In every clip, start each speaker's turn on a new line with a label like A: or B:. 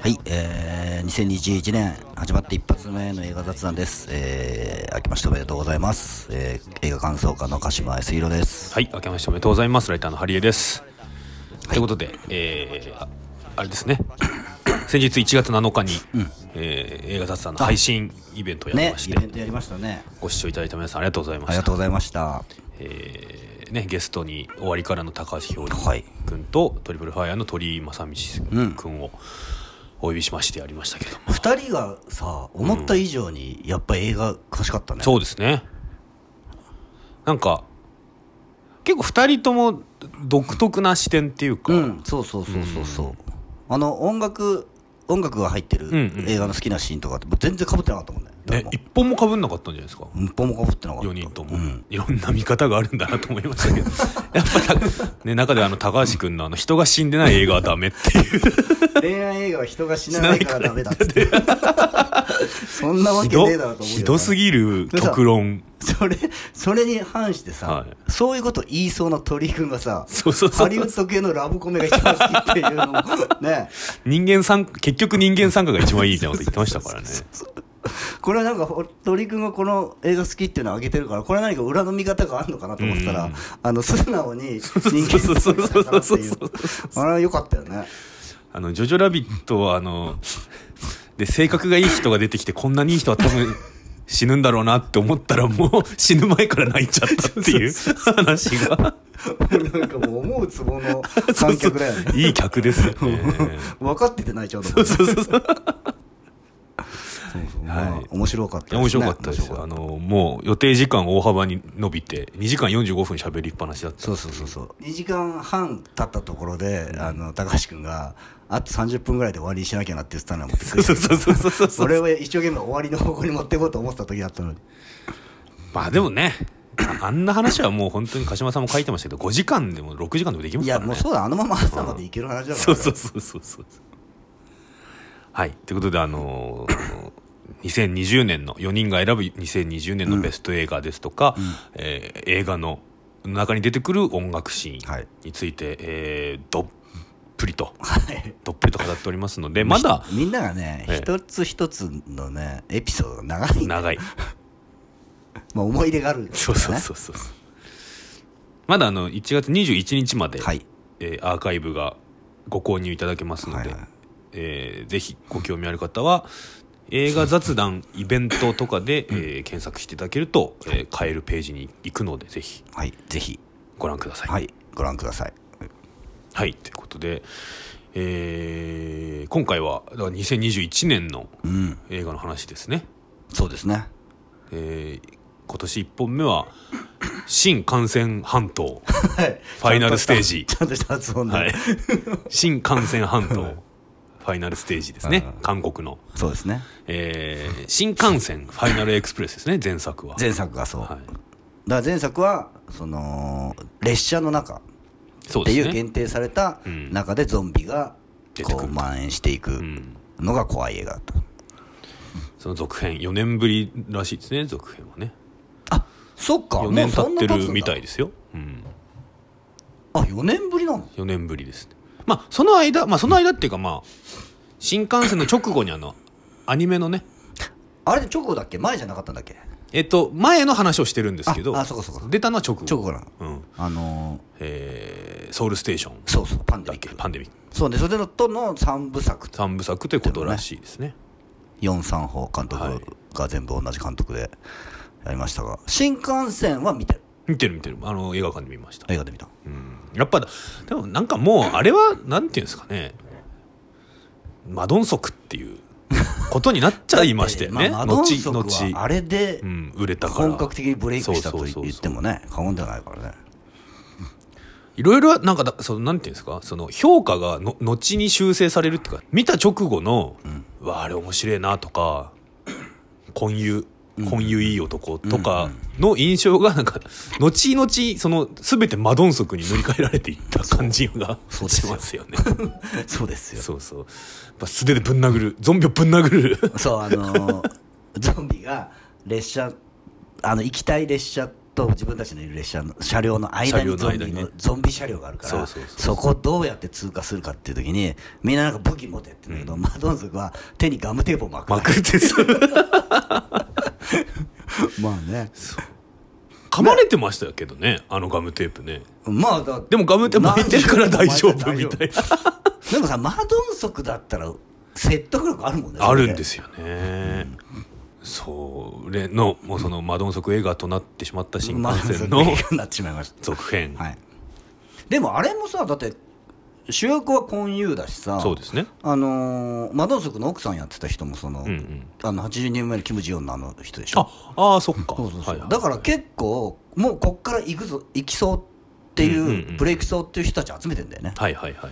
A: はい、えー、2021年始まって一発目の映画雑談です。えー、明けましておめでとうございます。えー、映画感想家の鹿島康弘です。
B: はい、明けましておめでとうございます。ライターのハリエです。はい、ということで、えー、あれ ですね。先日1月7日に、うん、えー、映画雑談の配信イベントをやりまして、
A: ね、イベントやりましたね。
B: ご視聴いただいた皆さんありがとうございました。あ
A: りがとうございました。
B: えー、ね、ゲストに終わりからの高橋氷君と、はい、トリプルファイヤーの鳥居正道君を、うんお呼びしましてやりましたけど
A: 2人がさ思った以上にやっぱ映画賢かったね、
B: うん、そうですねなんか結構2人とも独特な視点っていうか、
A: うん、そうそうそうそうそう、うん、あの音楽音楽が入ってる映画の好きなシーンとかって全然かぶってなかったもんね
B: ね一本もかぶんなかったんじゃないですか
A: 一本もかぶってなかった
B: 4人とも、うん、いろんな見方があるんだなと思いまし たけどやっぱ、ね、中であの高橋君のあの人が死んでない映画はダメっていう
A: 恋愛映画は人が死なないからダメだって そんなわけねえだろと思う
B: ひどすぎる極論
A: それそれに反してさ、はい、そういうこと言いそうな鳥居君がさ
B: そうそうそ
A: ハ
B: う
A: リウッド系のラブコメが一番好きっていう のもね
B: 人間参結局人間参加が一番いいみたいなこと言ってましたからね
A: これはなんか鳥くんがこの映画好きっていうのを挙げてるからこれは何か裏の見方があるのかなと思ったら、うん、あの素直に人間参加したなっていうあれは良かったよね
B: あのジョジョラビットはあので性格がいい人が出てきてこんなにいい人は多分死ぬんだろうなって思ったらもう 死ぬ前から泣いちゃったっていう話が
A: なんかもう思うツボの観客だよね
B: いい客 ですよね
A: 分かってて泣いちゃうと
B: 思うそうそうそう
A: はい、面白かったです
B: ね面白かったですあのもう予定時間大幅に伸びて2時間45分喋りっぱなしだった
A: そうそうそうそう2時間半経ったところで、あの高橋君があと30分ぐらいで終わりにしなきゃなって言ってたのはもう
B: そうそうそうそうそうそ
A: れを一生懸命終わりの方向に持っていこうと思ってた時だったのに
B: まあでもねあんな話はもう本当に鹿島さんも書いてましたけど5時間でも6時間でもできますから
A: ねいやもうそうだあのまま朝までいける話だから、そう
B: そうそうそうそうはいということであの2020年の4人が選ぶ2020年のベスト映画ですとか、うん、えー、映画の中に出てくる音楽シーンについて、はい、えー、どっぷりと、はい、どっぷりと語っておりますのでまだ
A: みんながね、えー、一つ一つのねエピソードが長い、ね、
B: 長い
A: まあ思い出がある、ね、
B: そうそうそうそうまだあの1月21日まで、はい、えー、アーカイブがご購入いただけますので、はいはい、えー、ぜひご興味ある方は映画雑談イベントとかで、えー、検索していただけると、えー、買えるページに行くのでぜひ、
A: はい、ぜひ
B: ご覧ください
A: はいご覧ください
B: はいということで、えー、今回はだから2021年の映画の話ですね、
A: うん、そうですね、
B: えー、今年1本目は「新幹線半 島」はい、ファイナルステージ
A: ちゃんとした発音で、はい、
B: 新幹線半島ファイナルステージですね、韓国の。
A: そうですね。
B: えー、新幹線ファイナルエクスプレスですね、前作は。
A: 前作がそう。はい、だから前作は、その、列車の中っていう限定された中でゾンビがこう蔓延していくのが怖い映画だと、うん。
B: その続編、4年ぶりらしいですね、続編はね。
A: あそっか、
B: 4年経ってるみたいですよ。うん、
A: あ4年ぶりなの
B: ?4 年ぶりですね。まあ、その間、まあ、その間っていうか、まあ、新幹線の直後にあの、アニメのね。
A: あれで直後だっけ前じゃなかったんだっけ
B: えっと、前の話をしてるんですけど、
A: あ、あそうかそうか。
B: 出たのは直後。
A: 直後なの。
B: うん。
A: あの
B: ー、えー、ソウルステーション。
A: そうそう、パンデミック。
B: パンデミック。
A: そうね、それとの3部作。
B: 3部作ということらしいですね。
A: 43法監督が全部同じ監督でやりましたが、はい、新幹線は見てる
B: 見てる見てるあの映画館で見ました
A: 映画で見た、
B: うん、やっぱでもなんかもうあれはなんていうんですかねマドンソクっていうことになっちゃい ましたよね
A: まあ、後々あれで、
B: うん、売れた
A: から本格的にブレイクしたと言ってもね過言ではないからね
B: いろいろなんかそのなんていうんですかその評価がの後に修正されるっていうか見た直後の、うん、うわあれ面白いなと か混遊婚友いい男とかの印象がなんか後々その全てマドンソクに塗り替えられていった感じがしますよね。
A: そうですよ。
B: そうそう。や素手でぶん殴るゾンビをぶん殴る。
A: そうあのー、ゾンビが列車あの行きたい列車と自分たちのいる列車の車両の間にゾンビ
B: 車両の間にね
A: のゾンビ車両があるか
B: そ
A: ら
B: うそうそ
A: そ
B: う
A: こをどうやって通過するかっていう時にみんななんか武器持てって言うんだけど、マドンズは手にガムテープを巻く
B: まくってさ
A: まあね
B: 噛まれてましたけどねあのガムテープね
A: まあだ
B: でもガムテープ巻いてるから大丈夫みたい
A: でもさマドンソクだったら説得力あるもんね
B: なあるんですすよね、それのもうそのマドンソク映画となってしまった新
A: マドン
B: 幹
A: ソク
B: 線
A: の
B: の
A: 映画になってしまいました
B: 続編、
A: はい、でもあれもさだって主役はコンユーだしさ
B: そうですね
A: あのーマドンソクの奥さんやってた人もその,、
B: うんうん
A: あの80年前のキム・ジヨンのあの人でしょ
B: ああーそっか
A: そうそうそう、
B: はいはい
A: だから結構もうこっから行くぞ行きそうっていう,、
B: うんうんうん
A: ブレイクそうっていう人たち集めてんだよね
B: はいはいはいはい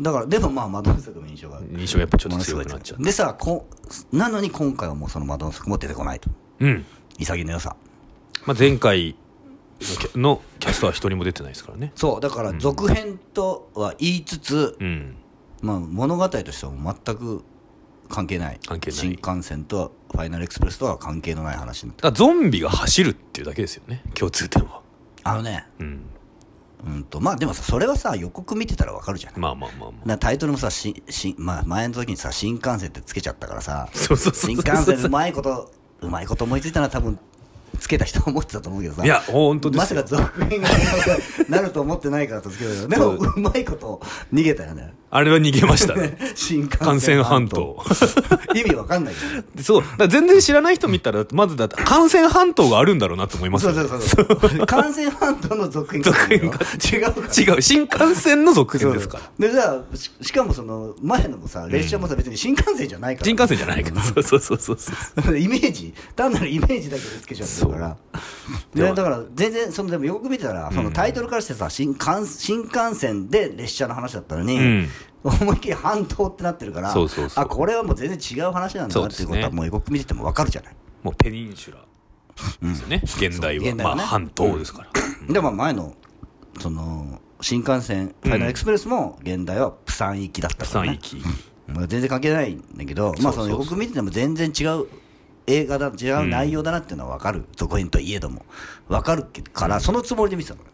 A: だからでもまあマドンソクの印象が
B: 印象やっぱちょっ
A: も
B: と
A: のす
B: 強
A: ごい
B: くなっちゃう
A: でさこなのに今回はもうそのマドンソクも出てこないと
B: うん、
A: 潔の良さ
B: まあ、前回のキャのキャストは一人も出てないですからね
A: そうだから続編とは言いつつ、
B: うん
A: まあ、物語としては全く関係ない
B: 関係ない
A: 新幹線とはファイナルエクスプレスとは関係のない話になって
B: だからゾンビが走るっていうだけですよね共通点は
A: あのね
B: うん
A: うんとまあでもさそれはさ予告見てたらわかるじゃない
B: まあまあまあまあ
A: なタイトルもさしし、まあ、前の時にさ新幹線ってつけちゃったからさ
B: そうそうそう
A: 新
B: そう
A: 幹線うまいことうまいこと思いついたのは多分つけた人は思ってたと思うけどさ
B: いや本当で
A: ますさ
B: よ
A: か続編がなると思ってないからとつけたけどでも
B: そう
A: うまいこと逃げたよね
B: あれは逃げました ね
A: 新幹
B: 幹線
A: 線
B: 半
A: 半
B: 島
A: 島 意味わかんないけどね
B: そうだから全然知らない人見たらまずだって幹線半島があるんだろうなと思います
A: そ
B: よ
A: うそうそうそう。感染半島の続編か
B: 続編
A: 違うから。
B: 違う新幹線の続編ですから
A: そうでじゃあししかもその前のもさ列車もさ別に新幹線じゃないから
B: 新幹線じゃないからそうそうそうそうそ う
A: イメージ単なるイメージだけでつけちゃってるから
B: そう
A: でだから全然そのでもよく見てたらそのタイトルからしてさ新幹新幹線で列車の話だったのに、
B: うん
A: 思いっきり半島ってなってるから
B: そうそうそう
A: あこれはもう全然違う話なんだ
B: そう
A: な
B: で
A: っ
B: す
A: てい
B: ね
A: うことはもう予告見てても分かるじゃない、
B: もうペニンシュラですよね、現代は
A: そう現代
B: ま
A: は
B: あ
A: ね
B: 半島ですから、
A: でも前のその新幹線ファイナルエクスプレスも現代は釜山行きだった
B: 釜
A: から
B: 山
A: ね、
B: 行き
A: まあ、全然関係ないんだけど、まあ、その予告見てても全然違う映画だ違う内容だなっていうのは分かる、続編といえども分かるからそのつもりで見てたのだか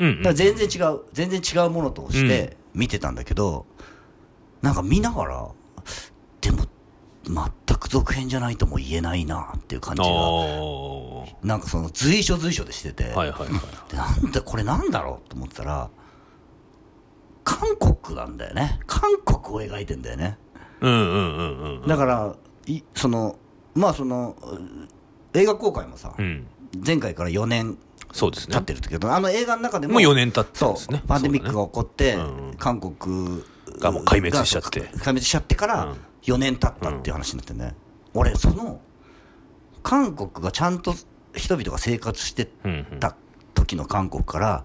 B: うん、うん
A: ら全然違う全然違うものとして見てたんだけど、なんか見ながらでも全く続編じゃないとも言えないなっていう感じ
B: あ
A: が
B: あ
A: なんかその随所随所でしてて、
B: はいはいはい
A: でなんでこれなんだろうと思ってたら韓国なんだよね韓国を描いてんだよね
B: うんうんうんうんうん
A: だからいそのまあそのうん映画公開もさ、
B: うん
A: 前回から4年
B: そうですね
A: 経ってるんだけど、あの映画の中でも
B: もう4年経ってるん
A: そ
B: です
A: う
B: ね
A: パンデミック
B: そうだね
A: が起こって、
B: うんうん
A: 韓国
B: がもう壊滅しちゃって
A: が壊滅しちゃってか
B: う
A: ら
B: ん
A: 4年経ったっていう話になってね、俺その韓国がちゃんと人々が生活して
B: うんうん
A: た時の韓国から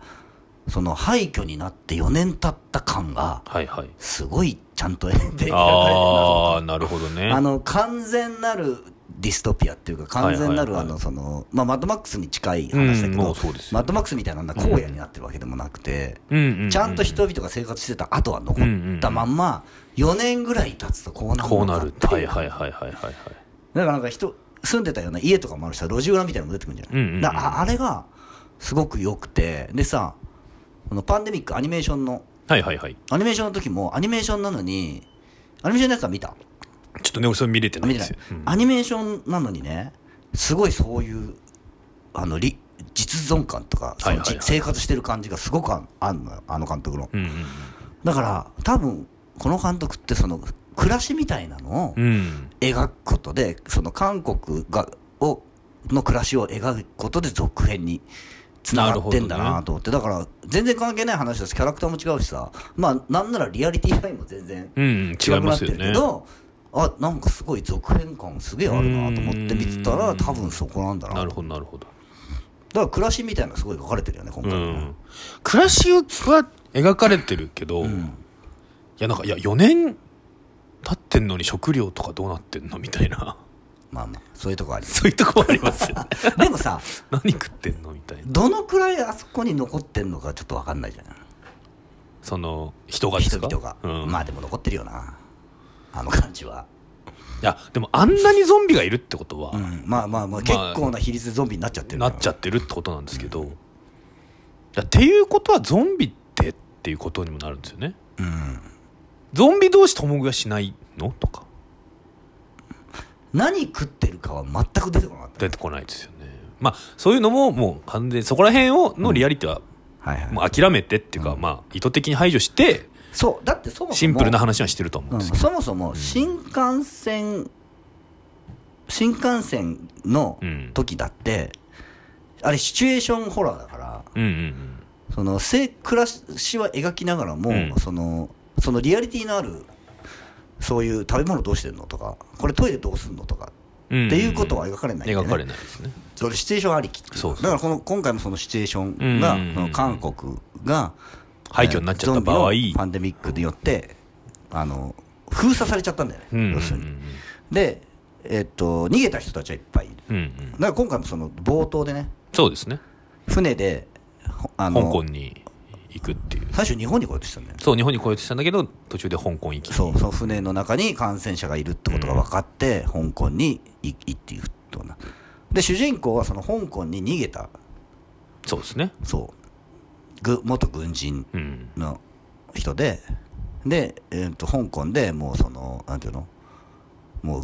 A: その廃墟になって4年経った感が
B: はいはい
A: すごいちゃんと描かれてるなと
B: ああなるほどね
A: あの完全なるディストピアっていうか完全なる
B: はいはいはい
A: あのそのまあマッドマックスに近い話だけ
B: うんも
A: ど
B: うそうですよ
A: マッドマックスみたいなのは荒野になってるわけでもなくて
B: うんうんうん
A: ちゃんと人々が生活してた後は残ったまんま4年ぐらい経つとこうなる
B: こう
A: の
B: な
A: か
B: る
A: って
B: はいいうはいはいはいはいはい
A: だからなんか人住んでたような家とかもあるしさ路地裏みたいなのも出てくるんじゃない、
B: うんうんうん
A: だからああれがすごく良くてでさこのパンデミックアニメーションの
B: はいはいはい
A: アニメーションの時もアニメーションなのにアニメーションのやつは見た
B: ちょっとね俺それ見れてない
A: 見
B: ん
A: て
B: で
A: な
B: す
A: い
B: よ、うん
A: アニメーションなのにねすごいそういうあのり実存感とか、その
B: はいはいはい
A: じ生活してる感じがすごくあんあんのよあの監督の、
B: うんうん
A: だから多分この監督ってその暮らしみたいなのを
B: うんうん
A: 描くことでその韓国がをの暮らしを描くことで続編につながってんだ
B: なる
A: な
B: ほどね
A: と思って、だから全然関係ない話だしキャラクターも違うしさまあなんならリアリティラインも全然
B: うんうん
A: 違
B: 違い
A: く
B: ま
A: なっ
B: す
A: て
B: よ
A: る
B: ね
A: けど、あなんかすごい続編感すげえあるなと思って見てた
B: う
A: ら
B: ん
A: 多分そこなんだな
B: なる
A: だか
B: ほどなるほど
A: ら暮らしみたいなのがすごい描かれてるよね今
B: う
A: 回はね、
B: ん暮らしは描かれてるけど、いやなんかいや4年経ってんのに食料とかどうなってんのみたいな
A: まあまあそういうとこありま
B: そういうとこもありますよね
A: すでもさ
B: 何食ってんのみたいな
A: どのくらいあそこに残ってんのかちょっと分かんないじゃない
B: その人がです
A: 人
B: か
A: 々が、
B: うん
A: まあでも残ってるよなあの感じは
B: やでもあんなにゾンビがいるってことは、
A: うんまあまあまあ結構な比率でゾンビになっちゃってる
B: なっちゃってるってことなんですけど、いやっていうことはゾンビってっていうことにもなるんですよね
A: うん
B: ゾンビ同士共食いはしないのとか
A: 何食ってるかは全く出てこなかった
B: 出てこないですよねまあそういうのももう完全にそこら辺をのリアリティは
A: はいはい
B: もう諦めてっていうか、まあ意図的に排除して
A: そうだってそもそも
B: シンプルな話はしてると思うん
A: うん
B: ですけど、
A: そもそも新幹線新幹線の
B: うん
A: 時だってあれシチュエーションホラーだから
B: うん、うんうん
A: その生暮らしは描きながらも、
B: うん
A: そのそのリアリティのあるそういう食べ物どうしてんのとかこれトイレどうすんのとか
B: うん
A: っていうことは描かれないんだよ
B: 描
A: ね
B: かれないですね
A: それシチュエーションありきってい
B: そうそう
A: だからこの今回もそのシチュエーションが、
B: うんうんうん
A: その韓国が
B: 廃墟になっちゃった場合、
A: ゾンビのパンデミックによって、あの封鎖されちゃったんだよね、
B: うんうん
A: 要するにで、えっと逃げた人たちはいっぱいいる
B: うんうん
A: だから今回もその冒頭でね
B: そうですね
A: 船でほあ
B: 香
A: の
B: 港に行くっていう
A: 最初日本に来ようとしたんだよね
B: そう日本に来ようとしたんだけど途中で香港行き
A: そうその船の中に感染者がいるってことが分かって、香港に行行っていうとなで主人公はその香港に逃げた
B: そうですね
A: そうぐ元軍人
B: うん
A: の人でで、えー、と香港でもうそのなんていうのもう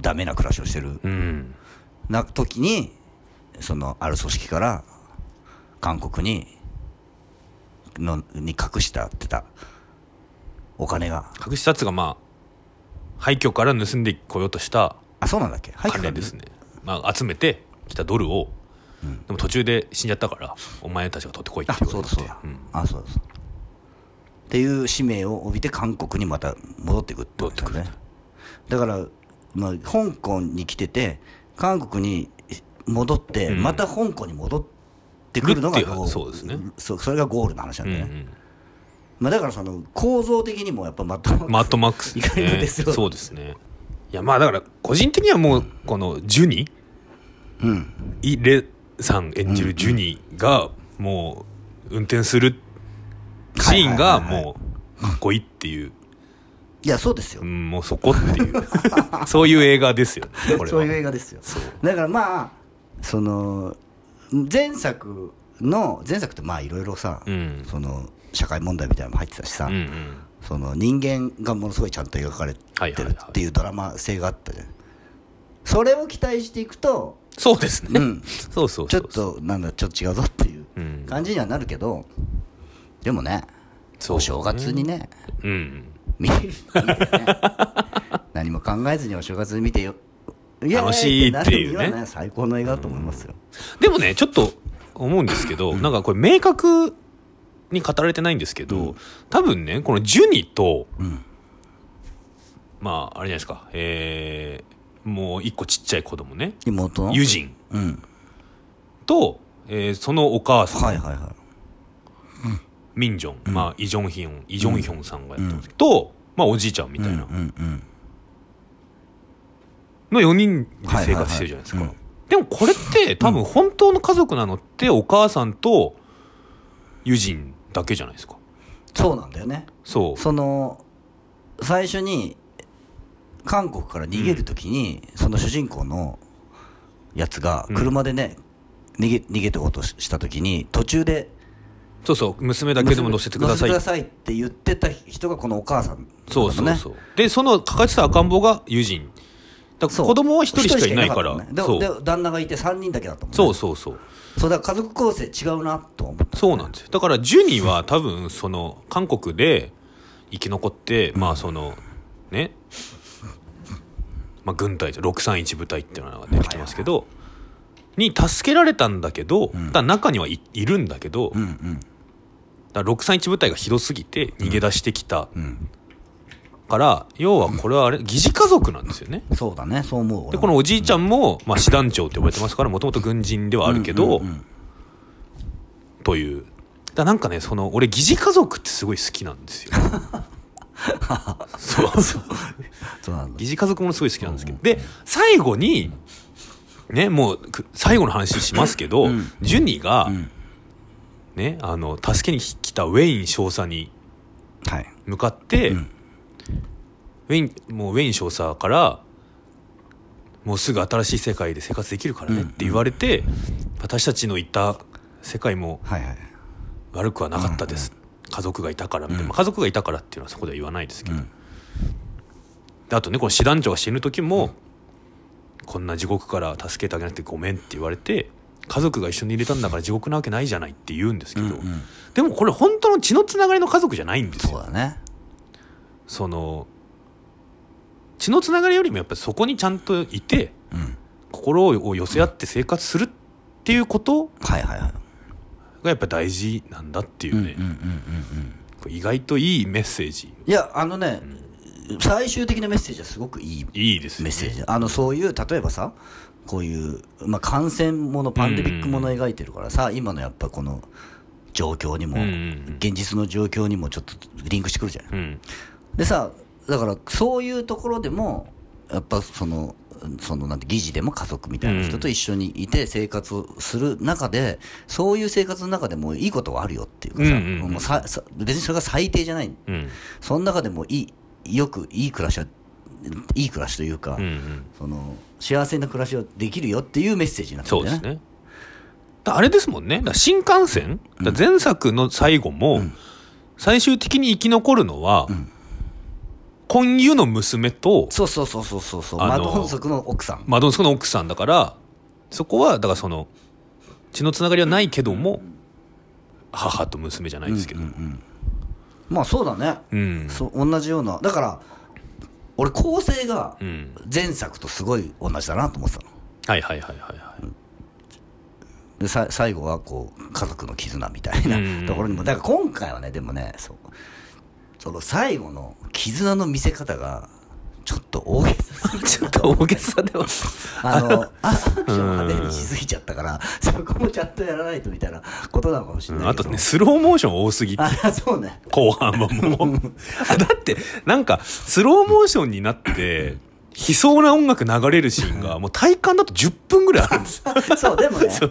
A: ダメな暮らしをしてる
B: うん
A: な時にそのある組織から韓国にのに隠したってたお金が
B: 隠し札がまあ廃墟から盗んでこようとした
A: あそうなんだっけはい
B: 関連ですね、まあ、集めてきたドルを、でも途中で死んじゃったからお前たちが取ってこいって
A: あ
B: 言
A: そ
B: わ
A: う
B: れ
A: だ
B: て
A: そうだ、
B: ん
A: あそうだそうだっていう使命を帯びて韓国にまた戻ってくってことだよねだから、まあ、香港に来てて韓国に戻って、
B: うん
A: また香港に戻ってくるのが
B: るっていう
A: ゴール
B: そうですね
A: そうそれがゴールの話なん
B: う
A: だ
B: ん
A: よ
B: う
A: ね、
B: ん
A: まあ、だからその構造的にもやっぱまた
B: マットマックス
A: 意外とですよ
B: そうですねいやまあだから個人的にはもうこのジュニ
A: うん
B: イレさん演じるジュニがもう運転するシーンがもうかっこいいっていう、
A: いやそうですよ、
B: うん、もうそこっていう そういう映画ですよねこれ
A: そういう
B: は
A: 映画ですよだからまあその前作の前作ってまあいろいろさ、
B: うん
A: その社会問題みたいなのも入ってたしさ、
B: うんうん
A: その人間がものすごいちゃんと描かれて
B: はいはいは
A: る
B: い
A: っていうドラマ性があったじゃん、それを期待していくと、
B: そうです
A: う
B: ね、
A: ん、
B: そうそうそう
A: ちょっとなんだちょっと違うぞっていう
B: うん
A: 感じにはなるけどでもね
B: そう
A: お正月にね
B: うん
A: 見る見て ね何も考えずにお正月に見てよイエーイ
B: 楽しい
A: な
B: って
A: る
B: いうね
A: には最高の映画だと思いますよ、
B: でもねちょっと思うんですけど、なんかこれ明確に語られてないんですけど、多分ねこのジュニと、
A: ん
B: まああれじゃないですかえーもう一個ちっちゃい子供ね
A: 妹の
B: 友人
A: うん
B: と、えーそのお母さん、
A: はいはいはい
B: ミンジョン、まあイ・ジョンヒョンイ・ジョンヒョンさんがやってますけど、と、まあ、おじいちゃんみたいな
A: うんうん
B: の4人で生活してるじゃないです
A: はい
B: か
A: はいは
B: でもこれって多分本当の家族なのってお母さんと友人だけじゃないですか
A: そうなんだよね
B: そう
A: その最初に韓国から逃げるときに、その主人公のやつが
B: うん
A: 車でね、逃げ逃げてこうとししたときに途中で
B: そうそう娘だけでも乗せてください
A: 乗せてって言ってた人がこのお母さん、
B: そうそうそう、でそのかかってた赤ん坊が友人だから
A: そう
B: 子供は一人しかいないか
A: 一
B: ら
A: 人しかいなか
B: そ
A: ったもんねで
B: う
A: で旦那がいて3人だけだったもんね
B: そうそうそう
A: そうだから家族構成違うなとは思った
B: そうなんですよだからジュニは多分その韓国で生き残ってまあそのねまあ軍隊631部隊っていうのができてますけどに助けられたんだけど、だから中にはいいるんだけど、
A: うんうん
B: だから631部隊がひどすぎて逃げ出してきた
A: ん
B: から、要はこれはあれ疑似家族なんですよね
A: そうだねそう思う
B: で
A: 俺
B: こ
A: も
B: のおじいちゃんも、まあ、師団長って呼ばれてますからもともと軍人ではあるけど、
A: うんうんうん
B: というだなんかねその俺疑似家族ってすごい好きなんです よそうそう
A: そうなんだ
B: 疑似家族ものすごい好きなんですけどで最後にねもうく最後の話しますけど、
A: うん
B: ジュニが、
A: ん
B: ねあの助けに来たウェイン少佐に
A: はい
B: 向かって、
A: うん
B: ウェインもうウェイン少佐からもうすぐ新しい世界で生活できるからねって言われて、私たちのいた世界も
A: はいはい
B: 悪くはなかったです、家族がいたからみたいな、まあ家族がいたからっていうのはそこでは言わないですけど、であとねこの師団長が死ぬ時も、こんな地獄から助けてあげなくてごめんって言われて家族が一緒に入れたんだから地獄なわけないじゃないって言うんですけど、でもこれ本当の血のつながりの家族じゃないんです
A: そう
B: よ
A: だね
B: その血のつながりよりもやっぱりそこにちゃんといて
A: うん
B: 心を寄せ合って生活するっていうこと
A: はいはいはい
B: がやっぱ大事なんだっていうね、
A: うんうんうんうん
B: これ意外といいメッセージ
A: いやあのね、最終的なメッセージはすごくいい
B: いいですよ
A: メッ
B: ね
A: セージあのそういう例えばさこういう、まあ、感染ものパンデミックもの描いてるからさ、今のやっぱこの状況にも、
B: うんうん
A: 現実の状況にもちょっとリンクしてくるじゃない、
B: うんうん
A: でさだからそういうところでもやっぱそのそのなんて疑似でも家族みたいな人と一緒にいて生活をする中で、そういう生活の中でもいいことはあるよっていうかさ,、
B: うんうんうん
A: もうささ別にそれが最低じゃない
B: うん
A: その中でもいいよくいい暮らしはいい暮らしというか、
B: うんうん
A: その幸せな暮らしはできるよっていうメッセージになって
B: そ
A: るんだ
B: うで
A: よ
B: す
A: ね。
B: ね。だあれですもんね。だ新幹線、だ前作の最後も、最終的に生き残るのは、婚友の娘と、
A: そうそうそうそうそうそう、
B: あのー
A: マドンソクの奥さん。
B: マドンスコの奥さんだから、そこは、だからその、血のつながりはないけども、母と娘じゃないですけど。うん
A: まあそうだね。
B: うん。
A: そう同じようなだから俺構成が
B: うん。
A: 前作とすごい同じだなと思ってたの。
B: はいはいはいはいはい。
A: でさ最後はこう家族の絆みたい
B: うんうんうん
A: なところにもだから今回はねでもねそうその最後の絆の見せ方がちょっと大げさすぎた
B: ちょっと大げさでは。
A: あの、アサンション派手にしすぎちゃったから、そこもちゃんとやらないとみたいなことなのかもしれないけど。
B: あとね、スローモーション多すぎて
A: あ、そうね。
B: 後半はもうあだってなんかスローモーションになって悲壮な音楽流れるシーンがもう体感だと10分ぐらいあるん です
A: そう、でもね、それ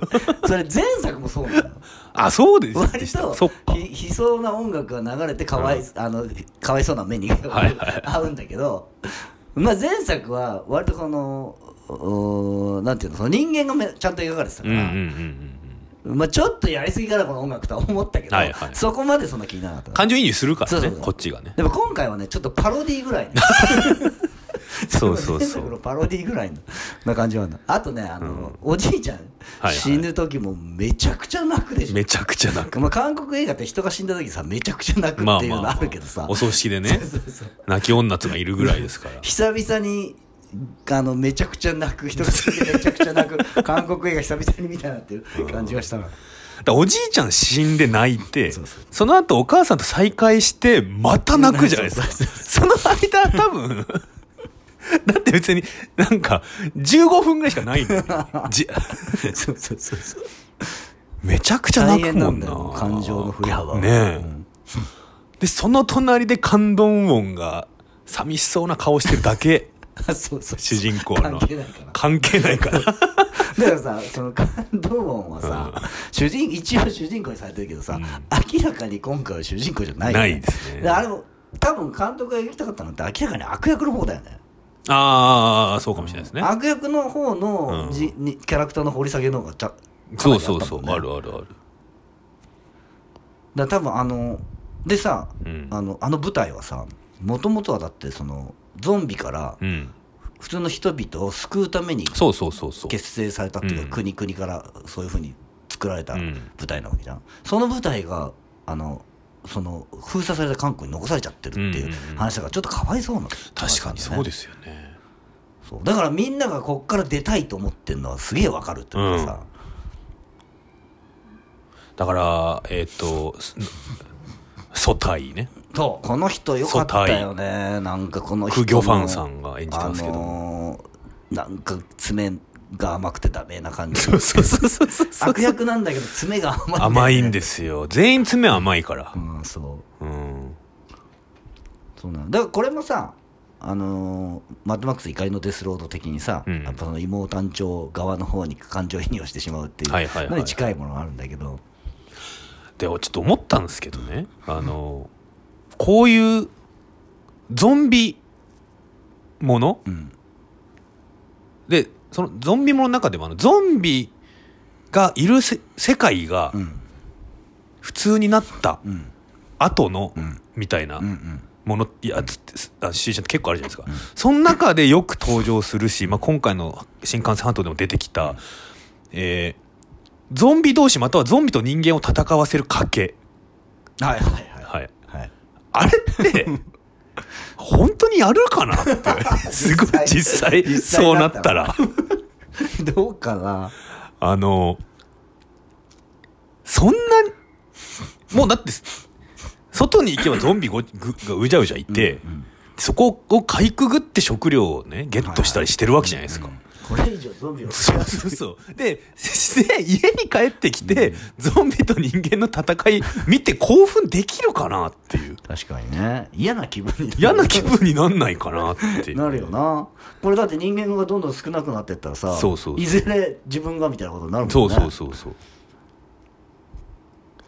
A: 前作もそうなの。
B: あそうで
A: 割
B: す
A: と
B: そっか
A: ひ悲壮な音楽が流れてかわい,、あのかわいそうな目に
B: はい
A: 合うんだけど、まあ、前作は割とこのおなんていうのその人間がめちゃんと描かれてた
B: う
A: か
B: んうんう
A: ら、
B: ん
A: まあ、ちょっとやりすぎかなこの音楽とは思ったけど、
B: はいはい
A: そこまでそんな気にならなか
B: う
A: っ
B: ん
A: た
B: 感情移入するから
A: そう
B: ね
A: そうそう
B: こっちがね
A: でも今回はねちょっとパロディーぐらいね
B: そう そうそ
A: 前作の
B: う
A: パロディぐらいのな感じはなあとねあの、おじいちゃん、
B: はい
A: 死ぬ時もめちゃくちゃ泣くでしょ、
B: めちゃくちゃ泣く
A: まあ、韓国映画って人が死んだ時さめちゃくちゃ泣く
B: ま
A: っ
B: あ
A: ていう
B: まあ
A: の
B: ま
A: あ
B: あ
A: るけどさ、
B: お葬式でね
A: そうそうそう
B: 泣き女とかいるぐらいですから
A: 久々にあのめちゃくちゃ泣く人が死んでめちゃくちゃ泣 く韓国映画久々に見たなっていう感じがしたな
B: だからおじいちゃん死んで泣いて
A: そ
B: そう
A: そう
B: の後お母さんと再会してまた泣くじゃないですか
A: そう
B: その間多分 だって別になんか15分ぐらいしかないんだよ じ
A: そうそうそうそう
B: めちゃくちゃ泣くもん
A: 大変なんだ
B: な
A: よ感情の振れ幅は
B: ねえ、でその隣で感動音が寂しそうな顔してるだけ
A: あ そうそう
B: 主人公の
A: 関係ないかな
B: 関係ないか ら
A: だからさその感動音はさ、主人一応主人公にされてるけどさ、明らかに今回は主人公じゃないよ、
B: ないですね
A: であれも多分監督が描きたかったのって明らかに悪役の方だよね
B: ああそうかもしれないですね
A: 悪役の方のじ、にキャラクターの掘り下げの方がちゃか
B: そ
A: な
B: う
A: りあった
B: そ
A: もん
B: う
A: ね
B: そうあるあるある
A: だから多分あのでさ、
B: うん
A: あのあの舞台はさもともとはだってそのゾンビから
B: うん
A: 普通の人々を救うために
B: そうそうそうそう
A: 結成されたっていうか、
B: うん
A: 国々からそういうふうに作られた
B: うん
A: 舞台なわけじゃん、その舞台があのその封鎖された韓国に残されちゃってるっていう
B: うんうんうん
A: 話だからちょっとかわいそうな、
B: 確かにそうですすよね
A: そうだからみんながこっから出たいと思ってるのはすげえわかるっていうかさ、
B: だからえっ、とすソタイね
A: そうこの人よかったよねなんかこの人
B: ク
A: の
B: ギョファンさんが演じてますけど、
A: あのーなんか爪が甘くてダメな感じ
B: そうそうそうそうそう
A: 悪役なんだけど爪が甘いんだよね
B: 甘いんですよ全員爪甘いから
A: うんそう
B: うん
A: そうなのだからこれもさあのーマッドマックス怒りのデスロード的にさ、
B: うん
A: やっぱその妹団長側の方に感情移入をしてしまうっていう
B: はいはいはいはい
A: のに近いものがあるんだけど
B: でちょっと思ったんですけどねあのこういうゾンビもの、
A: うん
B: でそのゾンビものの中でもあのゾンビがいるせ世界が
A: うん
B: 普通になった
A: うん
B: 後の
A: ん
B: みたいな
A: うんうん
B: ものやつってあシチュエーションって結構あるじゃないですか、その中でよく登場するし、まあ、今回の新幹線半島でも出てきた、えーゾンビ同士またはゾンビと人間を戦わせる賭け、
A: はいはいはい
B: はい、
A: はい
B: あれって 本当にやるかな ってすごい実際
A: 実際
B: そうなったら
A: どうかな
B: あのそんなもうだって外に行けばゾンビごぐがうじゃうじゃいて、
A: うん
B: そこをかいくぐって食料をねゲットしたりしてるわけじゃないですか。
A: これ以上ゾンビを
B: そうそうそうでせで家に帰ってきて、ゾンビと人間の戦い見て興奮できるかなっていう
A: 確かにね嫌な気分に
B: 嫌な気分になんないかなっていう
A: なるよなこれだって人間がどんどん少なくなってったらさ
B: そうそう
A: いずれ自分がみたいなことになるもんね
B: そうそうそうそう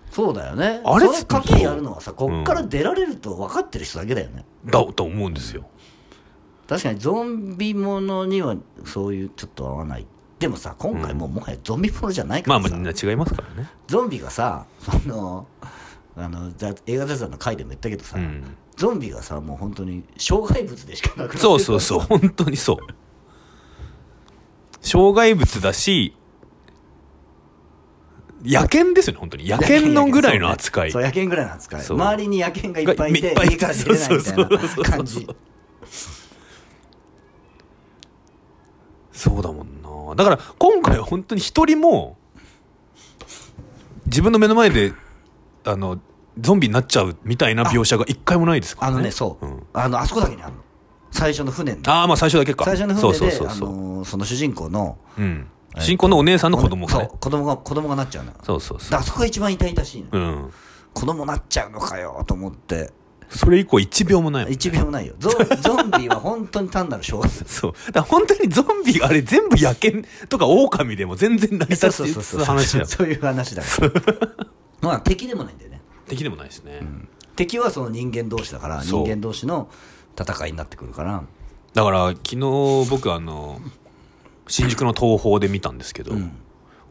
A: そうだよね
B: あれ
A: その賭けやるのはさ
B: そう
A: こっから出られると分かってる人だけだよね、
B: だと思うんですよ
A: 確かにゾンビものにはそういうちょっと合わないでもさ今回もうもはやゾンビものじゃないか
B: まあ
A: らさ、
B: まあみんな違いますからね
A: ゾンビがさそのあのざ映画雑談の回でも言ったけどさ、
B: うん
A: ゾンビがさもう本当に障害物でしかなくなってる
B: そうそうそう 本当にそう障害物だし野犬ですよね本当に野犬のぐらいの扱い
A: そう野犬ぐらいの扱い
B: そう
A: 周りに野犬がいっぱいいて
B: がいっぱいいて
A: 家から出れないみたい
B: そうそうそうそう
A: な感じ
B: そうだもんなだから今回は本当に一人も自分の目の前であのゾンビになっちゃうみたいな描写が一回もないです
A: あ
B: からね
A: のねそう、
B: ん
A: あのあそこだけにあるの最初の船の
B: ああまあ最初だけか
A: 最初の
B: そう
A: 船
B: そ
A: で
B: うそう
A: あ
B: そう、
A: のーその主人公の
B: うん新婚のお姉さんの子供がね
A: そう子供が子供がなっちゃうのよだか
B: そうそうそ
A: ら
B: う
A: あそこが一番痛々しいのよ、
B: うん
A: 子供なっちゃうのかよと思って
B: それ以降1秒もないもん
A: 一秒もないよゾンゾンビは本当に単なる障 害
B: そうだから本当にゾンビがあれ全部野犬とか狼でも全然成り立つっていう話だ
A: そういう話だからまあ敵でもないんだよね
B: 敵でもないですね、
A: 敵はその人間同士だから
B: そう
A: 人間同士の戦いになってくるから
B: だから昨日僕あの新宿の東宝で見たんですけど、終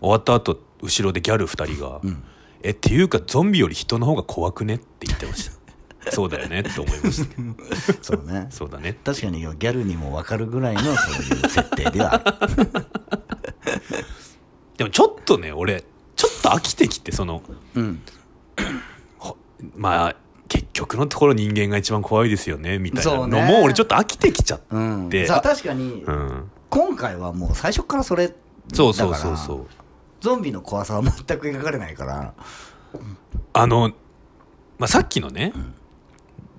B: わった後後ろでギャル2人が「えっていうかゾンビより人の方が怖くね?」って言ってました そうだよねって思いましたね
A: そうね
B: そうだね
A: 確かにギャルにも分かるぐらいのそういう設定ではあ る
B: でもちょっとね俺ちょっと飽きてきてその
A: うん
B: ほまあ結局のところ人間が一番怖いですよねみたいなの
A: そうね
B: もう俺ちょっと飽きてきちゃって、
A: うん
B: で
A: さあ確かに
B: うん
A: 今回はもう最初からそれだから
B: そうそうそうそう
A: ゾンビの怖さは全く描かれないから
B: あの、まあ、さっきのね、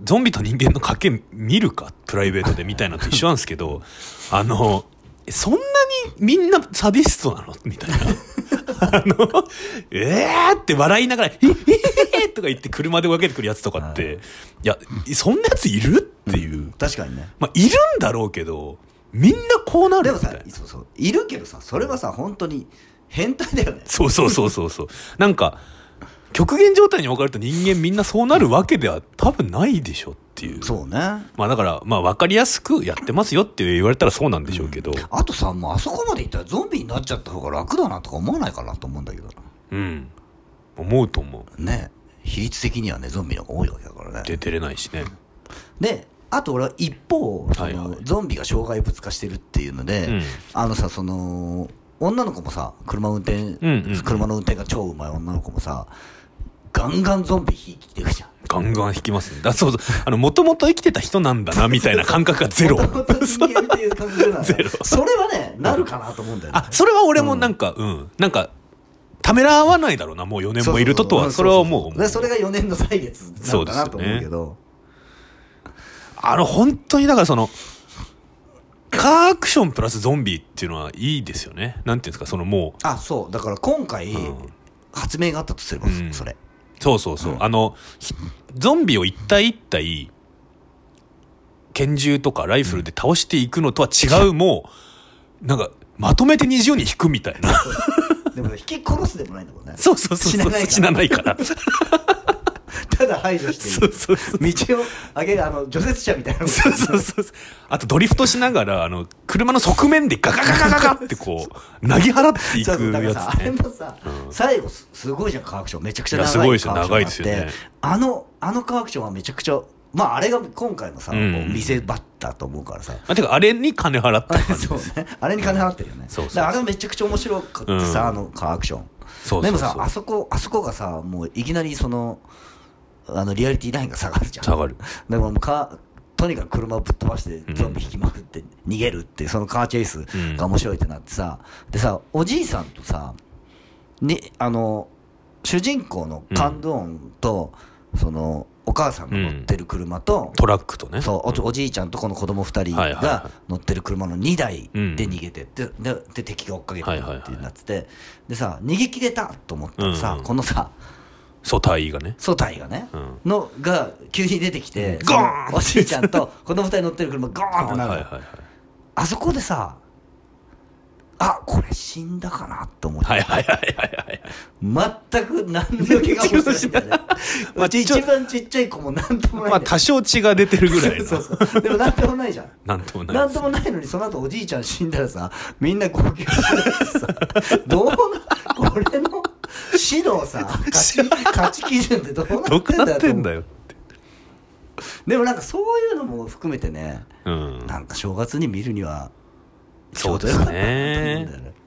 B: ゾンビと人間の賭け見るかプライベートでみたいなのと一緒なんです けどあのそんなにみんなサディストなの みたいな。あのえーって笑いながら「えーえーとか言って車で追いかけてくるやつとかっていやそんなやついるっていう、
A: 確かにね
B: まあいるんだろうけどみんなこう な
A: で
B: る
A: も
B: みたい
A: さ
B: な
A: そうそういるけどさそれはさ本当に変態だよね
B: そうそうそうそうそうなんか極限状態に置かれると人間みんなそうなるわけでは多分ないでしょっていう
A: そうね
B: まあだから、まあ分かりやすくやってますよって言われたらそうなんでしょうけど、
A: あとさもうあそこまでいったらゾンビになっちゃった方が楽だなとか思わないかなと思うんだけど
B: うん。思うと思う。
A: ね比率的にはねゾンビの方が多いわけだからね
B: 出てれないしね。
A: であと俺は一方その、
B: はいはい
A: ゾンビが障害物化してるっていうので、
B: うん
A: あのさその女の子もさ車運転、
B: うんうん
A: 車の運転が超うまい女の子もさガンガンゾンビ引いてるじゃん
B: ガンガン引きますね。だそうそう。あの、もともと生きてた人なんだな、みたいな感覚がゼロ。
A: 本当に人間っていう感じなんだ
B: ゼ
A: よ
B: ロ
A: それはねなるかなと思うんだよね
B: あ、それは俺もなんか、うん、なんか、ためらわないだろうな、もう4年もいるととは、それは思う
A: でそれが4年の歳月なのかなと思うけど
B: あの、本当にだからその、カーアクションプラスゾンビっていうのはいいですよね。なんていうんですか、そのもう、
A: あそうだから今回、
B: うん
A: 発明があったとすれば、
B: うん
A: それ
B: そうそうそう、あのひゾンビを一体一体拳銃とかライフルで倒していくのとは違う、もうなんかまとめて20人引くみたい な
A: でも引き殺すでもないんだもんね
B: そうそうそうそう
A: 死なないから
B: 死なないから
A: ただ排除して
B: そ
A: いう
B: そうそう
A: い道を上げるあの除雪車みたいなのが
B: そうそうそうそうあとドリフトしながらあの車の側面でガガガガガガってこうなぎ払ってい
A: そうそう
B: く
A: だから
B: や
A: さ
B: つ
A: あれ
B: ね
A: もさ、最後すすごいじゃんカークションめちゃくちゃ長い
B: いやすごいですよ
A: カークションがあって
B: 長いですよね
A: あのあのカークションはめちゃくちゃまああれが今回のさ、
B: ん
A: もう見せ場だと思うからさ
B: あてかあれに金払った感じ
A: そうね、あれに金払ってるよね、
B: そうそうそう
A: だからあれはめちゃくちゃ面白くってさ、
B: うん
A: あのカーアクション
B: そうそうそう
A: でもさあそこあそこがさもういきなりそのあのリアリティラインが下がるじゃん
B: 下がる
A: でももうカーとにかく車をぶっ飛ばしてゾンビ引きまくって逃げるっていうそのカーチェイスが面白いってなってさ、でさおじいさんとさねあの主人公のカンドーンと、そのお母さんが乗ってる車と、
B: トラックとね
A: そうおじおじいちゃんとこの子供二人
B: はいはいは
A: が乗ってる車の2台で逃げてって、でで敵が追っかけて
B: はい
A: く
B: はい
A: る
B: はい
A: ってなってて、でさ逃げ切れたと思ったらさ、
B: うんうん
A: このさ
B: そう隊員がね
A: 組対がね、
B: うん
A: のが急に出てきて
B: ゴーン
A: そのおじいちゃんと子供二人乗ってる車ゴーンってなる、
B: はいはいはい
A: あそこでさあこれ死んだかなと思って、
B: はいはいはいはいはい
A: 全く何の怪我もしてないんだよね
B: まあ
A: うち
B: ちょ
A: 一番ちっちゃい子も何ともない
B: ま
A: ん
B: あ
A: だよ
B: 多少血が出てるぐらい
A: そ
B: の
A: うそうそうでも何ともないじゃん
B: なんともない
A: なんともないのにその後おじいちゃん死んだらさみんな号泣してるし さどうなこれの指導さ価値 価値基準ってどうな
B: ど
A: って
B: うん
A: だ
B: な
A: よ
B: ってんだよって
A: でもなんかそういうのも含めてね
B: うん
A: なんか正月に見るには
B: そうで
A: ち
B: すね
A: ょうどよかったんだよね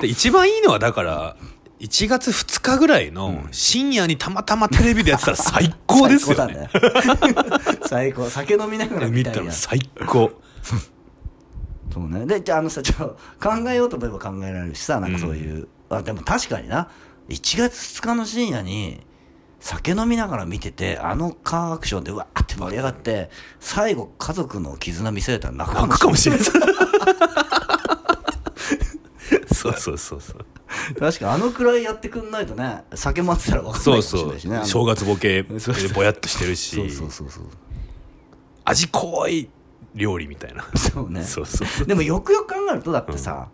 B: で一番いいのはだから1月2日ぐらいの深夜にたまたまテレビでやってたら最高ですよね
A: 最高だね最高酒飲みながら見
B: 見
A: た
B: た
A: い
B: ら
A: な
B: 最高
A: そうねでじゃああのさちょっと考えようと思えば考えられるしさなんかそういう、あでも確かにな1月2日の深夜に酒飲みながら見ててあのカーアクションでうわーって盛り上がって最後家族の絆見せれたら泣くか
B: 泣
A: も
B: く
A: しれ
B: かも
A: ない
B: し れないそうそうそうそう
A: 確かにあのくらいやってくんないとね酒待ってたら分かん
B: そ
A: ないうかもしれな
B: そう
A: いしねあの
B: 正月ボケ
A: そうそう
B: ぼやっとしてるし
A: そうそうそうそう
B: 味濃い料理みたいな
A: そうね
B: そうそうそう
A: でもよくよく考えるとだってさ、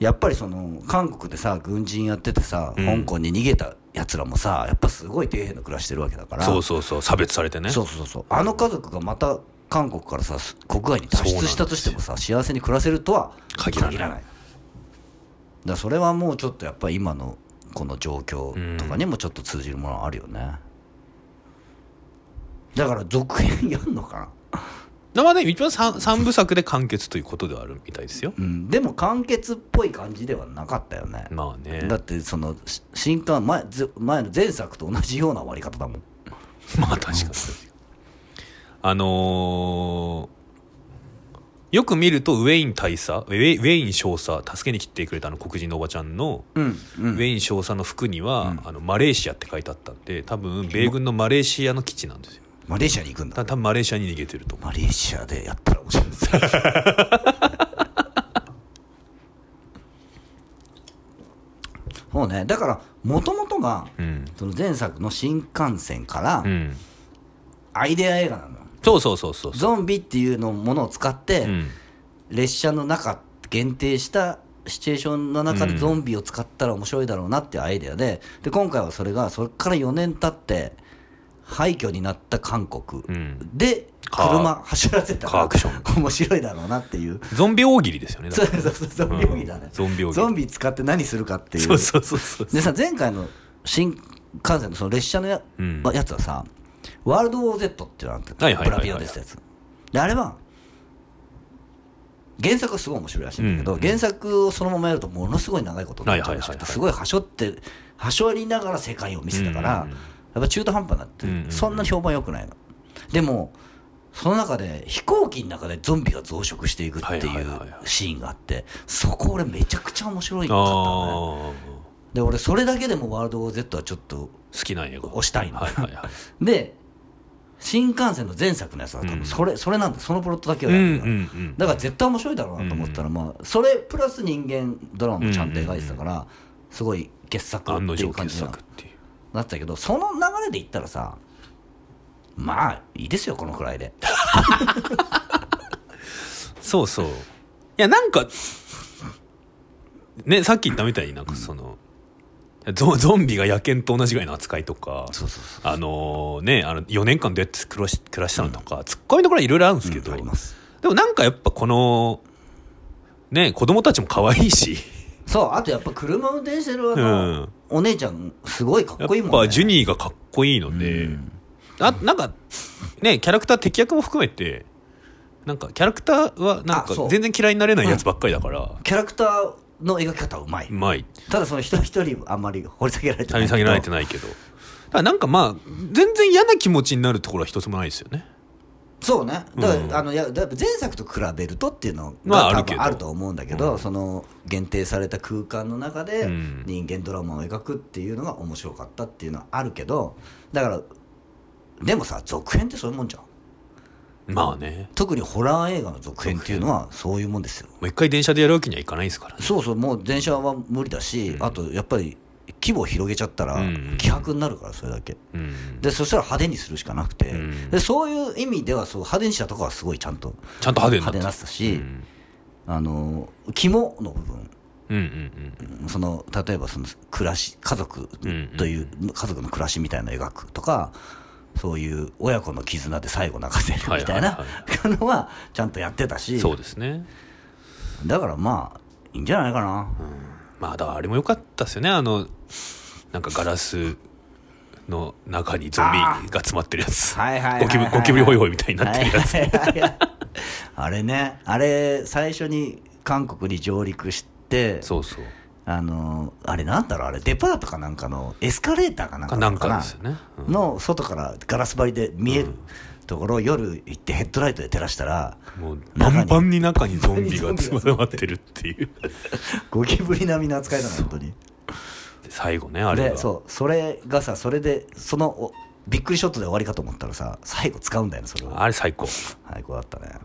A: やっぱりその韓国でさ軍人やっててさ、
B: うん
A: 香港に逃げたやつらもさやっぱすごい底辺の暮らしてるわけだから
B: そうそうそう差別されてね
A: そうそうそうそうあの家族がまた韓国からさす国外に脱出したとしてもさ幸せに暮らせるとは
B: 限らない
A: だからそれはもうちょっとやっぱり今のこの状況とかにもちょっと通じるものあるよね、だから続編やんのかな、
B: まあね一番 3, 3部作で完結ということではあるみたいですよ
A: うん、でも完結っぽい感じではなかったよね、
B: まあね
A: だってそのし新刊前ず前の前作と同じような終わり方だもん
B: まあ確かにあのーよく見るとウェイン大佐ウェイウェイン少佐助けに来てくれたあの黒人のおばちゃんの、
A: うんう
B: ウェイン少佐の服には、あのマレーシアって書いてあったんで多分米軍のマレーシアの基地なんですよ
A: マレーシアに行くんだ
B: た多分マレーシアに逃げてると思う
A: マレーシアでやったら面白いですね そうねだからもともとが
B: うん、
A: その前作の新幹線から
B: うん、
A: アイデア映画なのよ
B: そうそうそうそう
A: ゾンビっていうのものを使って、
B: うん
A: 列車の中限定したシチュエーションの中
B: う
A: で
B: ん
A: ゾンビを使ったら面白いだろうなっていうアイデアでで今回はそれがそれから4年経って廃墟になった韓国
B: うん
A: で
B: カー
A: 車走らせた
B: カーア
A: ら
B: クシ
A: 面白いだろうなっていう
B: ゾンビ大喜利ですよねだか
A: そう
B: ら
A: そうそうゾンビ大喜利だね、
B: うんゾンビ大喜利
A: ゾンビ使って何するかっていう
B: そうそうそうそう
A: でさ前回の新幹線のその列車のや,、
B: うん
A: やつはさワールド・オー・ゼットっていうのがあって
B: はいはいはいはい
A: ブラピが出てたやつであれは原作はすごい面白いらしいんだけど、
B: うん
A: 原作をそのままやるとものすごい長いことになっちゃうらし
B: はいはいはい
A: く
B: は
A: て
B: い
A: すごいはしょってはしょりながら世界を見せたから、
B: うんうんうん
A: やっぱ中途半端になって、
B: うんうんうん
A: そんな評判良くないのでもその中で飛行機の中でゾンビが増殖していくってい
B: はいうはいはいはい
A: シーンがあってそこ俺めちゃくちゃ面白いかったのね
B: ああ
A: で俺それだけでもワールド・オー・ゼットはちょっと
B: 好きなんや
A: 押した いの
B: はいはいはい
A: で新幹線の前作のやつは多
B: う
A: 分
B: ん
A: それ、それなんだそのプロットだけ
B: う
A: は
B: んう
A: や
B: ん
A: るから、
B: うん
A: だから絶対面白いだろうなと思ったら、まあそれプラス人間ドラマもちゃんと描いてたから、すごい傑作
B: 案の
A: ってい
B: 定
A: う感
B: 傑
A: じに
B: 作っていう
A: なったけどその流れで言ったらさまあいいですよこのくらいで
B: そうそういやなんかねさっき言ったみたいになんかその、ゾゾンビが野犬と同じぐらいの扱いとか
A: そうそうそ
B: あのねあの4年間どうやって暮らし暮らしたのとか、ツッコミのころはいろいろあるんですけ
A: う
B: ど、
A: んあります
B: でもなんかやっぱこのね子供たちも可愛いし
A: そうあとやっぱ車運転してるあ
B: う
A: の、
B: ん
A: お姉ちゃんすごいかっこいい
B: や
A: もん
B: っ
A: ね
B: ぱジュニーがかっこいいので、
A: うん
B: あなんかねキャラクター敵役も含めてなんかキャラクターはなん
A: あ
B: か
A: そう
B: 全然嫌いになれないやつばっかりだから、
A: キャラクターの描き方うまいう
B: まい
A: ただその一人一人あんまり掘り下げられて
B: 足り下げられてないけどだからなんかまあ全然嫌な気持ちになるところは一つもないですよね
A: そうねだから、
B: うん
A: あのいやだから前作と比べるとっていうの
B: ま
A: が
B: ああ
A: 多
B: るけ
A: 分
B: ど
A: あると思うんだけど、その限定された空間の中で
B: うん
A: 人間ドラマを描くっていうのが面白かったっていうのはあるけどだからでもさ続編ってそういうもんじゃん
B: まあね
A: 特にホラー映画の続編っていうのはそういうもんですよ
B: もう一回電車でやるわけにはいかないですからね
A: そうそうもう電車は無理だし、あとやっぱり規模を広げちゃったら
B: うん
A: 希薄になるからそれだけ
B: うん
A: でそしたら派手にするしかなくて、
B: うん
A: でそういう意味ではそう派手にしたとこはすごいちゃんと
B: ちゃんと派手にな
A: 派
B: って
A: 手
B: る
A: なったし、
B: うん
A: あの肝の部分
B: うんうんうん
A: その例えばその暮らし家族
B: うん
A: という、家族の暮らしみたいなのを描くとかそういう親子の絆で最後泣かせるみたい
B: は
A: ない
B: はい
A: のはちゃんとやってたし
B: そうですね
A: だからまあいいんじゃないかな、
B: まあだからあれも良かったですよねあのなんかガラスの中にゾンビが詰まってるやつ
A: はいはいはいはい
B: ゴキブゴキブリホイホイみたいになっ
A: は
B: て
A: い
B: るやつ、
A: はいはい あれねあれ最初に韓国に上陸して
B: そうそう
A: あのあれなんだろうあれデパートかなんかのエスカレーターかなんか
B: な
A: だ
B: ん
A: った
B: かですよね、うん
A: の外からガラス張りで見えるところを夜行ってヘッドライトで照らした ら
B: もう満々に中にゾンビが詰まってるっていう
A: ゴキブリ並みの扱いだな本当に
B: 最後ねあれ
A: で
B: が
A: そうそれがさそれでそのおびっくりショットで終わりかと思ったらさ最後使うんだよねそれを
B: あれ最高
A: 最高だったね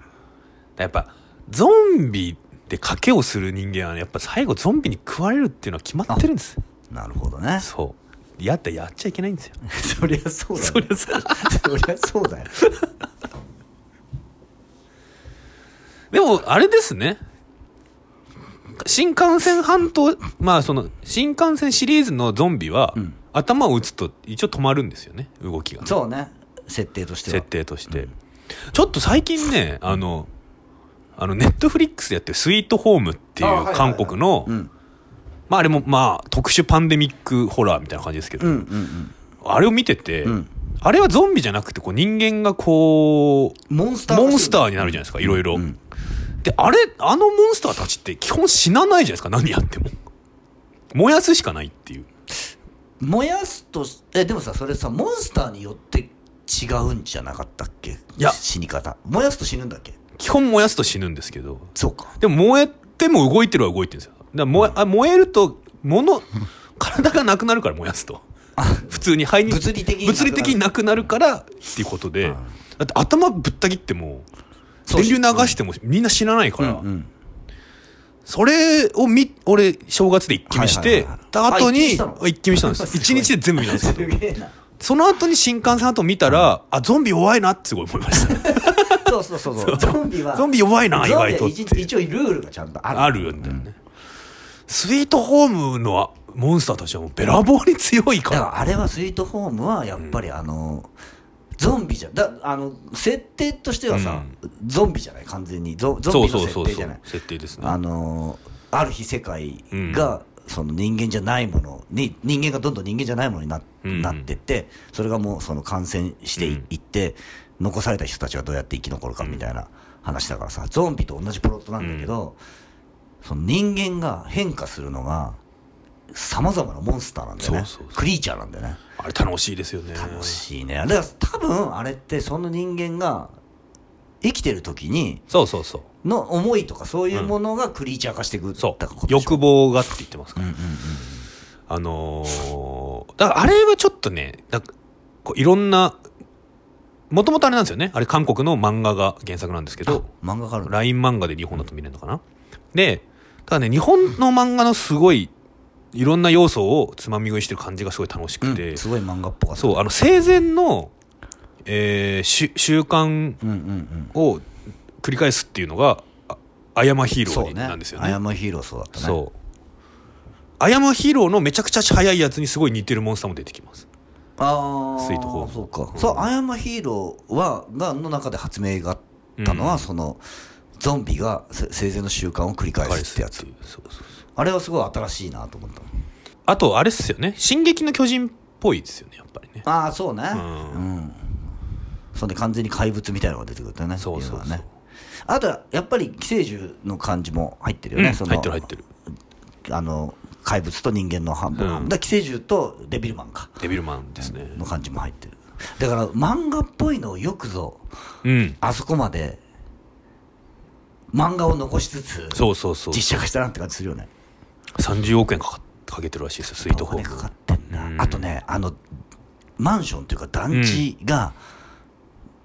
B: やっぱゾンビで賭けをする人間はねやっぱ最後ゾンビに食われるっていうのは決まってるんです
A: なるほどね
B: そうやったらやっちゃいけないんですよ
A: そりゃそうだ
B: そ
A: よ、
B: れ
A: ね、
B: さ
A: そりゃそうだよ
B: でも、あれですね。新幹線半島、まあその、新幹線シリーズのゾンビは、
A: うん
B: 頭を打つと一応止まるんですよね、動きが。
A: そうね設定として
B: 設
A: は
B: 定として。ちょっと最近ね、あの、あの、ネットフリックスでやってるスイートホームってい
A: あはいはいは
B: う
A: い
B: 韓国の
A: う、ん
B: まああれもまあ特殊パンデミックホラーみたいな感じですけど、
A: うんうん
B: あれを見てて、
A: うんうん
B: あれはゾンビじゃなくてこう人間がこう、
A: モンスター
B: モンスター
A: に
B: になるじゃないですか、いろいろ。
A: うん
B: で、あれ、あのモンスターたちって基本死なないじゃないですか、何やっても。燃やすしかないっていう。
A: 燃やすとしえでもさそれさモンスターによって違うんじゃなかったっけ
B: いや
A: 死に方燃やすと死ぬんだっけ
B: 基本燃やすと死ぬんですけど。
A: そうか
B: でも燃えても動いてるは動いてるんですよ。だから燃えあ燃えると、物、体がなくなるから燃やすと。普通に肺に。
A: 物理的になくな
B: 物
A: る
B: 理的になくなるからっていうこと
A: う
B: で。
A: ん
B: だって頭ぶった切っても、
A: そう
B: 電流流してもみんな死なないか
A: う
B: ら。
A: んうん
B: それをみ、俺、正月で一気見し
A: はいはい
B: て
A: はいはい、
B: た後
A: あ一気見し
B: に
A: たの、
B: 一気見したんです。一 日で全部見たんです
A: す
B: けど。
A: げえな
B: その後に新幹線後見たら、あ、ゾンビ弱いなってすごい思いま した。
A: そうそうそうそうゾンビは
B: ゾンビ弱いな、意
A: ゾンビ
B: 外
A: は
B: とっ
A: 一
B: て。
A: 一応ルールがちゃんとある
B: あるんだよね。スイートホームのモンスターたちはもうべらぼうに強い
A: だ
B: か。
A: かららあれはスイートホームはやっぱりあの、ゾンビじゃだあの設定としてはさ、ゾンビじゃない完全にゾゾン
B: そう
A: ビの
B: そう
A: 設
B: そう
A: 定
B: そ
A: じゃな
B: う
A: い。
B: 設定です
A: あ
B: ね。
A: のある日世界が、その人間じゃないものに人間がどんどん人間じゃないものにな,、
B: うん
A: なってってそれがもうその感染してい,、
B: うん
A: って残された人たちがどうやって生き残るかみたいな話だからさゾンビと同じプロットなんだけど、その人間が変化するのがさまざまなモンスターなんだよね
B: そうそうそう
A: クリーチャーなんだよね
B: あれ楽しいですよね。
A: 楽しいねだから多分あれってその人間が生きてる時に
B: そうそうそう。
A: の思いとかそういうものがクリーチャー化していく
B: そ
A: だ
B: う
A: からこ。とでしょ
B: 欲望がって言ってますから。
A: うんうんうん
B: あのー、だからあれはちょっとね、なんかこういろんな、もともとあれなんですよね。あれ韓国の漫画が原作なんですけど、
A: 漫画があるんだ
B: LINE 漫画で日本だと見れるのかな、で、ただね、日本の漫画のすごい、いろんな要素をつまみ食いしてる感じがすごい楽しくて、
A: うん、すごい漫画っぽかった
B: そう、あの、生前の、えー、し習慣
A: うんうんうん
B: を繰り返すっていうのが、あアヤマヒーロ
A: そう
B: ー
A: ね
B: なんですよ
A: ア
B: ね。
A: ヤマヒーローそうだったね
B: そう。アヤムヒーローのめちゃくちゃ速いやつにすごい似てるモンスターも出てきます
A: ああ
B: スイートホーム
A: そうか、
B: うん
A: そうアヤマヒーローはがの中で発明があったのは、
B: うん
A: そのゾンビがせ生前の習慣を繰り返すってやつ
B: 彼氏っていうそうそうそう
A: あれはすごい新しいなと思った
B: あとあれっすよね「進撃の巨人」っぽいですよねやっぱりね
A: ああそうね
B: うん
A: うん、そんで完全に怪物みたいなのが出てくるんだよね
B: そうそうそう
A: っていのはねあとやっぱり寄生獣の感じも入ってるよね、
B: うん
A: その
B: 入ってる入ってる
A: あの怪物と人間の半分、
B: う
A: だか
B: ん
A: ら寄生獣とデビルマンか
B: デビルマンですね
A: の感じも入ってるだから漫画っぽいのをよくぞ
B: うん
A: あそこまで漫画を残しつつ
B: そうそうそう
A: 実写化したなって感じするよね
B: 30億円かかかけてるらしいですよスイート
A: お
B: ホー
A: 金
B: ム
A: かかってんな、
B: うん
A: あとねあのマンションというか団地が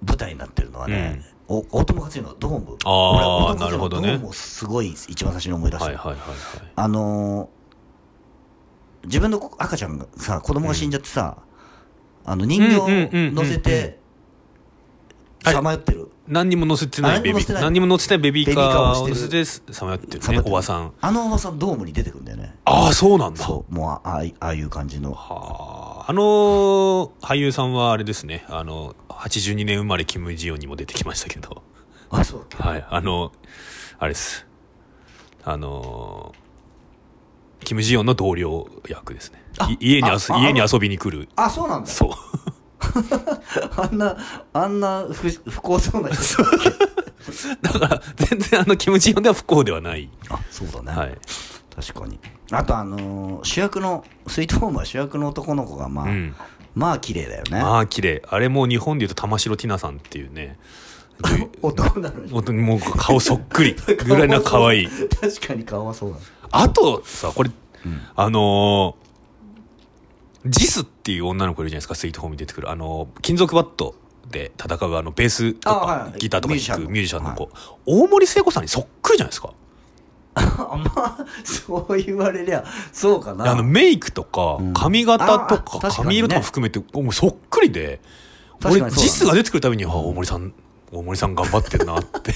A: 舞台になってるのはね、お大友克洋のドーム
B: あー
A: 俺は大友克洋の
B: なるほどね
A: ドームをすごい一番最初に思い出した、
B: はいはいはいはい
A: あのー自分の赤ちゃんがさ子供が死んじゃってさ、あの人形を乗せて
B: うんうんうんうん
A: さまよってる
B: 何にも載せてないベビ
A: 何にも載せてない
B: ー何にも載せてないベビーカー
A: ベ
B: を
A: ビーカーを
B: 乗
A: して
B: せ
A: る
B: てさまよってる
A: さま
B: ね
A: よって
B: お
A: る
B: ばさん
A: あのおばさんドームに出てくるんだよね
B: ああそうなんだ
A: そうもうあああいああいう感じの
B: はああのー俳優さんはあれですねあの82年生まれキム・ジヨンにも出てきましたけど
A: あそうだっけ
B: はいあのあれですあのーキム・ジヨンの同僚役ですね
A: あ
B: い家にあす
A: ああ
B: 家に遊びに来る
A: あそうなんだ
B: そう
A: あんなあんな不不幸そうな人
B: だから全然あのキム・ジヨンでは不幸ではない、
A: あそうだね、
B: はい
A: 確かにあとあのー主役のスイートホームは主役の男の子がまあ、
B: うん、
A: まあ綺麗だよね、
B: まあ綺麗あれもう日本でいうと玉城ティナさんっていうね
A: 男なのに
B: 本当にもう 顔そっくりぐらいな可愛い
A: 確かに顔はそうだ
B: あとさこれ、あのージスっていう女の子いるじゃないですかスイートホームに出てくるあのー金属バットで戦うあのベースとか、
A: あはい
B: ギターとか
A: ミュージシャ
B: 弾
A: ンの
B: くミュージシャンの子、大森聖子さんにそっくりじゃないですか
A: あまあそう言われりゃそうかな
B: あのメイクとか髪型と
A: あ確
B: か
A: かにね
B: 髪色とか含めてもうそっくりで
A: 確
B: 俺
A: かにそうだね
B: ジスが出てくるたびにあ大森さん大森さん頑張ってるなって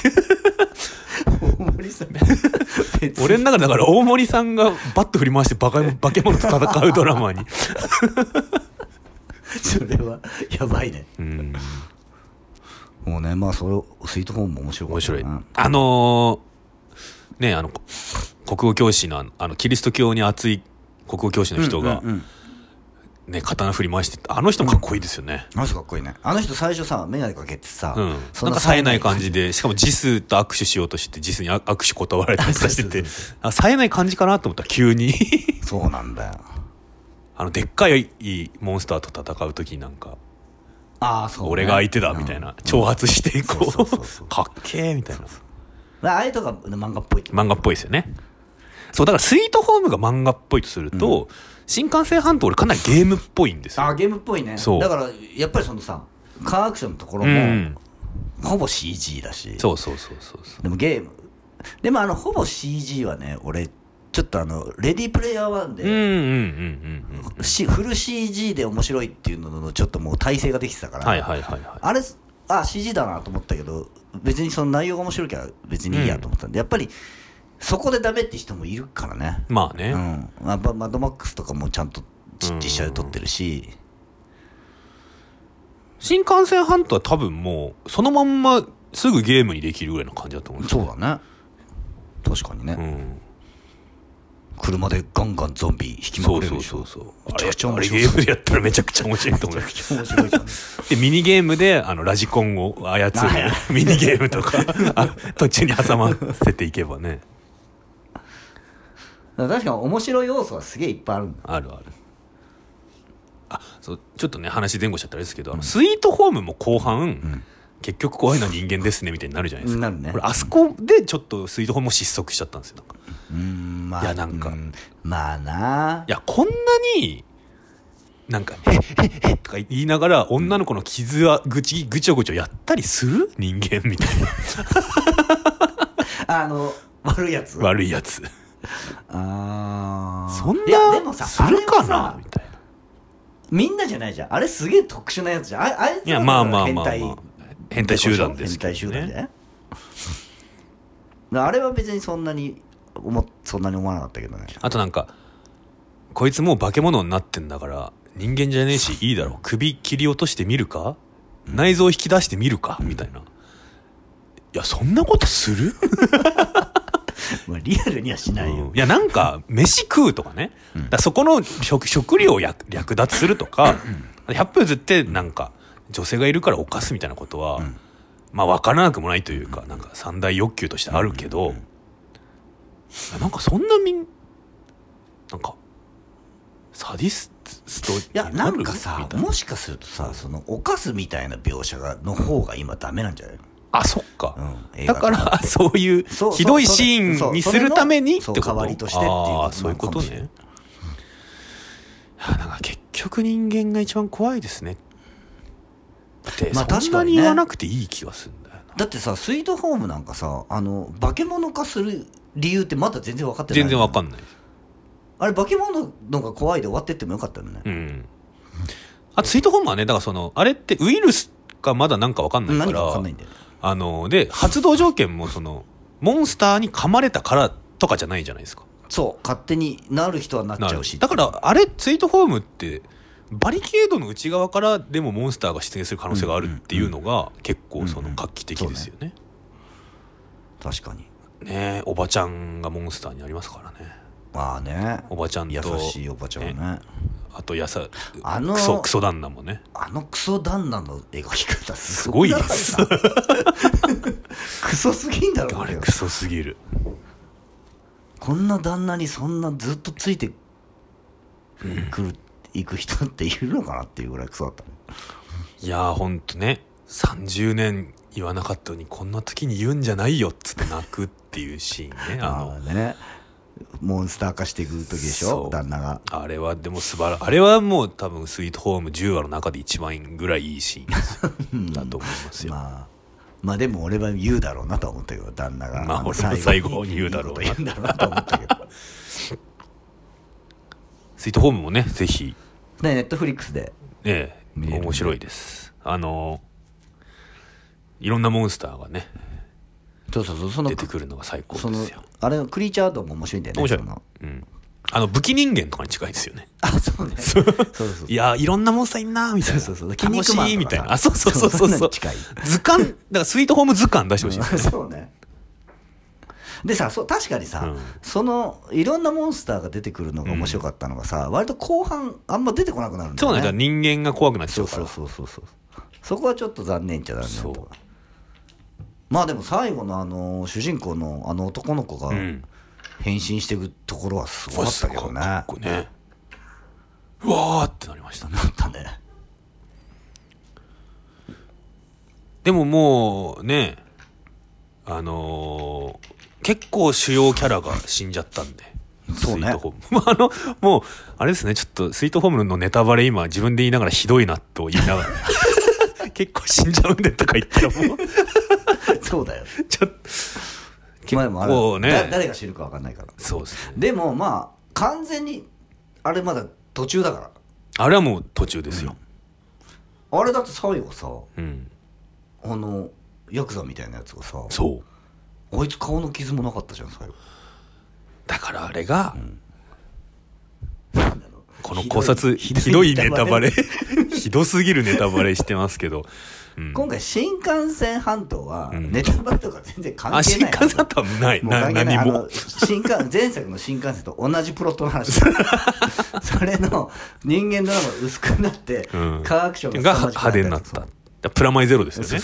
A: 大森 さん別に
B: 俺の中でだから大森さんがバット振り回してバカ化け物と戦うドラ マに
A: それはやばいね
B: うん
A: もうねまあそれスイートホームも面白か
B: 面
A: った
B: 白、
A: ない
B: あのーねあのこ国語教師のあのあのキリスト教に熱い国語教師の人が、
A: うんうんうん
B: ね、刀振り回しててあの人もかっこいいですよね、
A: あの人かっこいいねあの人最初さ眼鏡かけてさ、
B: うん
A: そ
B: なん
A: な
B: か冴えない感じでしかもジスと握手しようとしてジスに握手断られたりさせててあ冴えない感じかなと思ったら急に
A: そうなんだよ
B: あのでっかいモンスターと戦う時になんか、
A: ああそう、ね、
B: 俺が相手だみたいな、挑発してこう
A: そうそうそうそう
B: かっけえみたいな
A: うんああいうとこが漫画っぽいけど
B: 漫画っぽいですよねそうだからスイートホームが漫画っぽいとすると、新幹線半島俺かなりゲームっぽいんですよ
A: あーゲームっぽいね
B: そう
A: だからやっぱりそのさカーアクションのところ
B: う
A: も、
B: ん
A: ほぼ CG だし
B: そうそうそうそうそう
A: でもゲームでもあのほぼ CG はね俺ちょっとあのレディープレイヤー1
B: うんうん
A: で、
B: うんうんうん
A: しフル CG で面白いっていうののちょっともう体制ができてたから、
B: はいはいはいは
A: あれあ CG だなと思ったけど別にその内容が面白いから別にいいやと思ったんで、やっぱりそこでダメって人もいるからね
B: いまあね、
A: うん、まあ、ママッドマックスとかもちゃんとじ
B: うん
A: 実写で撮ってるし、
B: 新幹線半島は多分もうそのまんますぐゲームにできるぐらいの感じだと思うんです
A: そ
B: よ
A: うだね確かにね、
B: うん
A: 車でガンガンゾンビ引きま
B: そ
A: く
B: う
A: れる
B: そう
A: でし
B: そ
A: ょ
B: うそう
A: め
B: あ
A: ち
B: れ
A: ゃくちゃ
B: あ
A: 面
B: れ
A: 白
B: ゲ
A: い
B: ームでやったらめちゃくちゃ面白いと思う
A: めちゃくちゃ面白いじゃん
B: でミニゲームであのラジコンを操る
A: はいは
B: ミニゲームとかあ途中に挟ませていけばね
A: だから 確かに面白い要素はすげえいっぱいあるんだ
B: あるあるあそうちょっとね話前後しちゃったらあれですけど、あのスイートホームも後半、結局怖いのは人間ですねみたいになるじゃないですか
A: なるね
B: これあそこでちょっとスイートホームも失速しちゃったんですよなんかいう
A: ーんまあ
B: いやなんか
A: うまあな
B: やこんなになんか「へっへっへっ」とか言いながら女の子の傷はぐちぐちょぐちょやったりする人間みたい な
A: あの悪いやつ
B: 悪いやつ
A: あー
B: そん
A: いや
B: な
A: でもさ
B: する
A: あ
B: か
A: れは
B: な
A: さ
B: みたいな
A: みんなじゃないじゃんあれすげえ特殊なやつじゃんああいつ
B: い
A: は
B: やまあ
A: だか
B: ま
A: ら
B: あまあ、まあ、
A: 変
B: 変
A: 態
B: 態集団です
A: 変態集団
B: ね
A: じゃないだ からあれは別にそんなに思っそんなに思わなかったけどね
B: あとなんかこいつもう化け物になってんだから人間じゃねえしいいだろう首切り落としてみるか内臓引き出してみるかみたいないやそんなことする
A: まあ、リアルにはしないよ、
B: いやなんか飯食うとかね、だからそこの食食料を略略奪するとか百歩譲ってなんか女性がいるから犯すみたいなことは、まあ分からなくもないというか、なんか三大欲求としてあるけど、いやなんかそんなみんなんかサディスト
A: いや
B: にな
A: な
B: る
A: んかさ
B: みたいな
A: もしかするとさその犯すみたいな描写がの方が今ダメなんじゃないの
B: あそっか、
A: うん映画
B: だから そういう
A: そう
B: ひどいシーンにするためにって
A: そ
B: こ
A: うそうそ
B: と
A: う代わりとしてっていうことなの
B: あーそういうこと
A: かもしれな
B: ね
A: い
B: あなんか結局人間が一番怖いですねって、
A: まあ
B: そ
A: 確
B: んな
A: かに
B: に
A: ね
B: 言わなくていい気がするんだよな
A: だってさスイートホームなんかさあの化け物化する理由ってまだ全然分かってない
B: 全然わか
A: ん
B: んない
A: あれ化け物の方が怖いで終わってってもよかったのね
B: うんあとスイートホームはねだからそのあれってウイルスかまだなんかわかんないか
A: 何
B: ら
A: か分かんないんだよね
B: あので発動条件もそのモンスターに噛まれたからとかじゃないじゃないですか
A: そう勝手になる人はなっ
B: な
A: ちゃ
B: る
A: うし
B: だからあれツイートフォームってバリケードの内側からでもモンスターが出現する可能性があるっていうのが結構その画期的ですよね。
A: 確かに
B: ねえおばちゃんがモンスターになりますからね
A: まあね
B: おばちゃんと
A: 優しいおばちゃんはね
B: あとやさ
A: あの
B: クソクソ旦那もね
A: あのクソ旦那の描き方す
B: す
A: ご
B: ごい
A: い
B: で
A: な
B: す
A: クソすぎんだろ
B: あ
A: あ
B: れ
A: れ
B: クソすぎる
A: こんな旦那にそんなずっとついてくる行く人っているのかなっていうぐらいクソだったね
B: いやーほんとね30年言わなかったのにこんな時に言うんじゃないよっつって泣くっていうシーンねあの
A: ああねモンスター化していく時でし
B: そ
A: ょ
B: う
A: 旦那が
B: あれはでも素晴らあれはもう多分スイートホーム10話の中で一番ぐらいいいシーンだと思いますよ。
A: まあまあでも俺は言うだろうなとは思ったけど旦那が
B: まあ
A: の
B: 俺も最後に言うだろうない
A: いこと言うんだろうなと思ったけど
B: スイートホームもね、ぜひ、
A: ねネットフリックスで
B: ええ
A: 見れるね
B: 面白いです。あのーいろんなモンスターがね、
A: そうそうそうその
B: 出てくるのが最高
A: そ
B: で
A: の
B: すよ。
A: あれのクリーチャードも面白いんだよね
B: 面白い
A: その。
B: うん。あの、武器人間とかに近いですよね。
A: あそうねそうそうそう
B: いやーいろんなモンスターいんなーみたいな。
A: そうそうそう
B: 楽し
A: 筋肉マンとか
B: い
A: さ
B: みたいな。あ、そうそうそうそう
A: そうそんな
B: そ
A: の
B: う。
A: 近い
B: 図鑑、だからスイートホーム図鑑出してほしいですね。
A: そうねでさそう確かにさ、
B: うん
A: そのいろんなモンスターが出てくるのが面白かったのがさ、割と後半あんま出てこなくなるんだ
B: そう
A: よ
B: な
A: ね
B: んだ、人間が怖くなっち
A: そ
B: ゃう
A: う
B: か
A: そ
B: ら
A: う。そうそうそうそこはちょっと残念っちゃ残念だ
B: そう
A: とまあでも最後のあの主人公のあの男の子が
B: うん。
A: 変身していくところはすごかったけどね、
B: かっこいいねうわーってなりましたね
A: なったね
B: でももうねあのー結構主要キャラが死んじゃったんで
A: そうね
B: スイートホーム あのもうあれですねちょっとスイートホームのネタバレ今自分で言いながらひ どいなと言いながら結構死んじゃうんでとか言ったらもう
A: そうだよ
B: ちょっと結
A: まあでもあれ
B: 構
A: だ
B: ね
A: 誰が知るか分かんないから
B: そうですね
A: でもまあ完全にあれまだ途中だから
B: あれはもう途中ですよ、
A: あれだって最後さ
B: うん、
A: あのヤクザみたいなやつがさ
B: そう
A: あいつ顔の傷もなかったじゃん最後
B: だからあれが、この
A: ひどい
B: 考察ひ
A: ひ
B: ど
A: どい
B: いネタバレ ひどすぎるネタバレしてますけど、うん、
A: 今回新幹線半島は
B: ん
A: ネタバレとか全然関係ない
B: あ新幹線とはない
A: もう
B: な
A: 関係ない
B: 何
A: あ
B: も
A: の新幹 前作の新幹線と同じプロットの 話それの人間ドラマが薄くなって、
B: うん
A: 科学省が
B: が
A: 凄まじく
B: 派手になっただからプラマイゼロですよね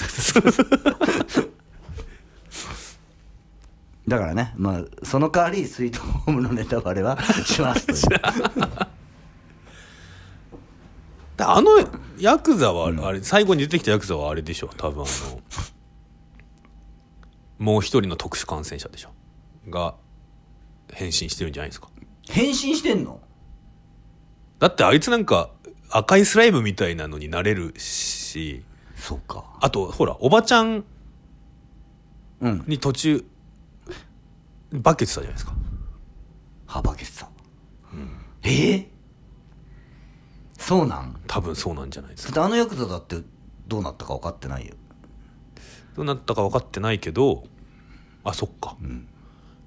A: だからねまあその代わりスイートホームのネタバレ はしますという
B: だあのヤクザはあれ、最後に出てきたヤクザはあれでしょ多分あのもう一人の特殊感染者でしょが変身してるんじゃないですか
A: 変身してんの
B: だってあいつなんか赤いスライムみたいなのになれるし
A: そうか
B: あとほらおばちゃん
A: うん
B: に途中化けてたじゃないですか
A: 幅消さ、ん、ええそうなん
B: 多分そうなんじゃないで
A: だ
B: す
A: っ
B: か
A: てあのヤクザだってどうなったか分かってないよ
B: どうなったか分かってないけどあそっか、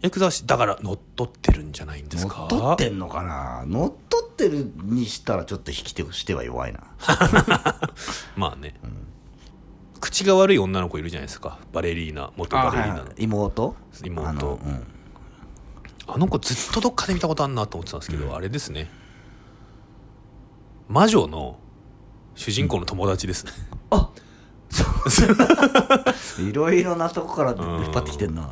B: ヤクザはしだから乗っ取ってるんじゃないんです
A: 乗
B: か
A: っ取ってんのかな乗っ取ってるにしたらちょっと引き手をしては弱いな
B: まあね、口が悪い女の子いるじゃないですかバレリーナ元バレリーナのあ,、
A: 妹
B: 妹
A: あの、うん
B: の子ずっとどっかで見たことあんなと思ってたんですけど、あれですね魔女の主人公の友達ですね、
A: あそう いろいろなとこから引っ張ってきてんな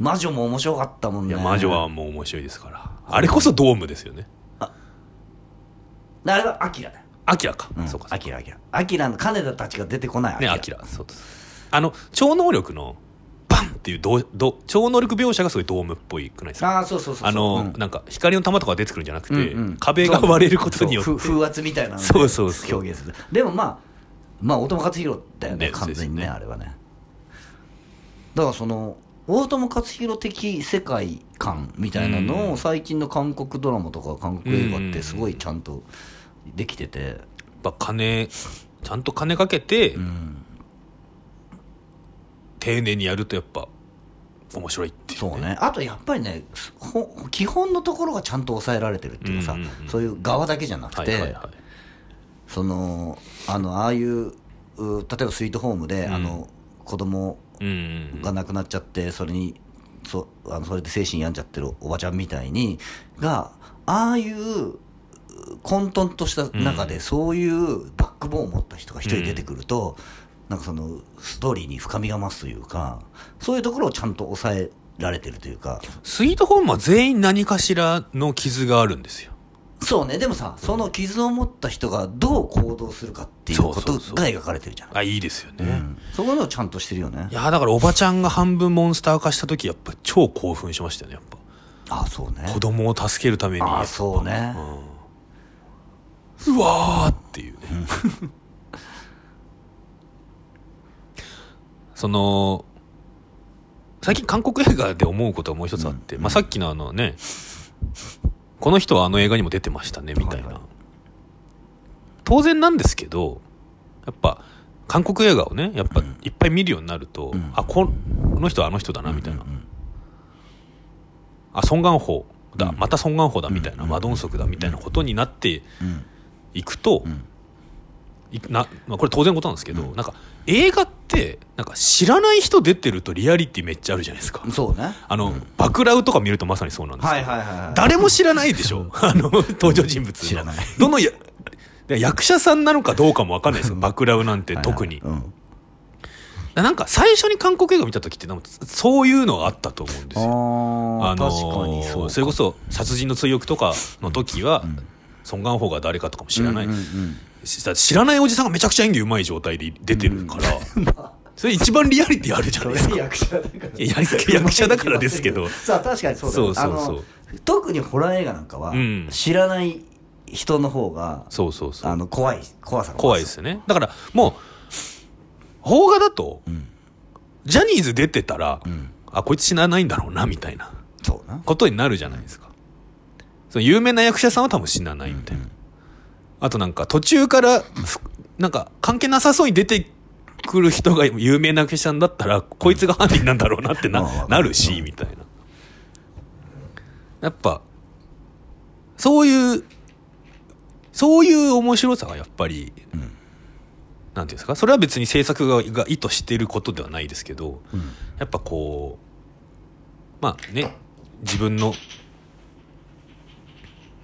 A: 魔女も面白かったもん
B: い
A: ね
B: や魔女はもう面白いですからあれこそドームですよね
A: あれはアキラだよ
B: アキラか、
A: うん
B: そうかそ
A: ア
B: うか
A: キラアキラアキラの金田たちが出てこない
B: ねアキラそうですあの超能力のバンっていうどうどう超能力描写がすごいドームっぽいくないですか
A: ああそうそうそうそう
B: あの、
A: うん
B: なんか光の玉とかが出てくるんじゃなくて、
A: うんうん
B: 壁が割れることによって
A: そうふ風圧みたいなので
B: そうそうそう
A: 表現するでもまあまあ大友克洋だよね
B: ね
A: 完全にね
B: そうですね
A: あれはねだからその大友克洋的世界観みたいなの
B: う
A: を
B: ん
A: 最近の韓国ドラマとか韓国映画ってすごいちゃんとできてて
B: やっぱ金ちゃんと金かけて、
A: うん
B: 丁寧にやるとやっぱ面白いっていう、ね、
A: そうねあとやっぱりねすほ基本のところがちゃんと抑えられてるっていうかさ
B: うんうんうん
A: そういう側だけじゃなく
B: はいはい
A: て
B: はい
A: そのあのああいうう例えばスイートホームであの子供
B: うんうん
A: が亡くなっちゃってそれにそあのそれで精神病んじゃってるおばちゃんみたいにがああいうう混沌とした中でそういうバックボーンを持った人が一人出てくると、なんかそのストーリーに深みが増すというかそういうところをちゃんと抑えられてるというか
B: スイートホームは全員何かしらの傷があるんですよ
A: そうねでもさその傷を持った人がどう行動するかっていうこと
B: そう
A: が
B: そうそう
A: 描かれてるじゃん
B: あいいですよね、
A: うんそこのをちゃんとしてるよね
B: いやだからおばちゃんが半分モンスター化した時やっぱ超興奮しましたよねやっ
A: あそうね
B: ぱ子供を助けるために
A: あそうね、
B: うんうわーっていうねその最近韓国映画で思うことがもう一つあって、まあ、さっきのあのねこの人はあの映画にも出てましたねみたいな、
A: はいはい
B: 当然なんですけどやっぱ韓国映画をねやっぱいっぱい見るようになると、
A: ん
B: あここの人はあの人だなみたいな、あソン・ガンホだ、またソン・ガンホだみたいな、マドンソクだみたいなことになって
A: うん
B: いくと、
A: ん
B: いなまあ、これ当然のことなんですけど、なんか映画ってなんか知らない人出てるとリアリティめっちゃあるじゃないですか。
A: そうね
B: あの、バクラウとか見るとまさにそうなんです
A: は
B: け
A: い
B: ど、
A: はいはい、はい、
B: 誰も知らないでしょ あの登場人物
A: 知らない
B: どのやで役者さんなのかどうかもわかんないですよバクラウなんて
A: はいはい
B: 特に、
A: うん
B: なんか最初に韓国映画見た時ってなんかそういうのがあったと思うんですよ
A: あ
B: あ
A: あ
B: の
A: 確かにそうか
B: れこそ殺人の追憶とかの時は、ソン・ガンホが誰かとかも知らない、
A: うんうん
B: し知らないおじさんがめちゃくちゃ演技うまい状態で出てるから、それ一番リアリティあるじゃないです
A: そ
B: か
A: れ役者だから
B: いや役役者だからですけど
A: さあ確かにそうだよ
B: そうそうそう
A: あの特にホラー映画なんかは、
B: うん
A: 知らない人の方が
B: そうそうそう
A: あの怖い怖さが
B: 怖いですよねだからもう邦画だと、ジャニーズ出てたら、あこいつ死なないんだろうなみたいな
A: そうな
B: ことになるじゃないですかその有名な役者さんは多分死なないみたいな、あとなんか途中からふなんか関係なさそうに出てくる人が有名な役者さんだったらこいつが犯人なんだろうなって
A: うんあ
B: な
A: あ
B: なるしみたいなやっぱそういうそういう面白さがやっぱり、なんていうんですかそれは別に制作側が意図していることではないですけど、やっぱこうまあね自分の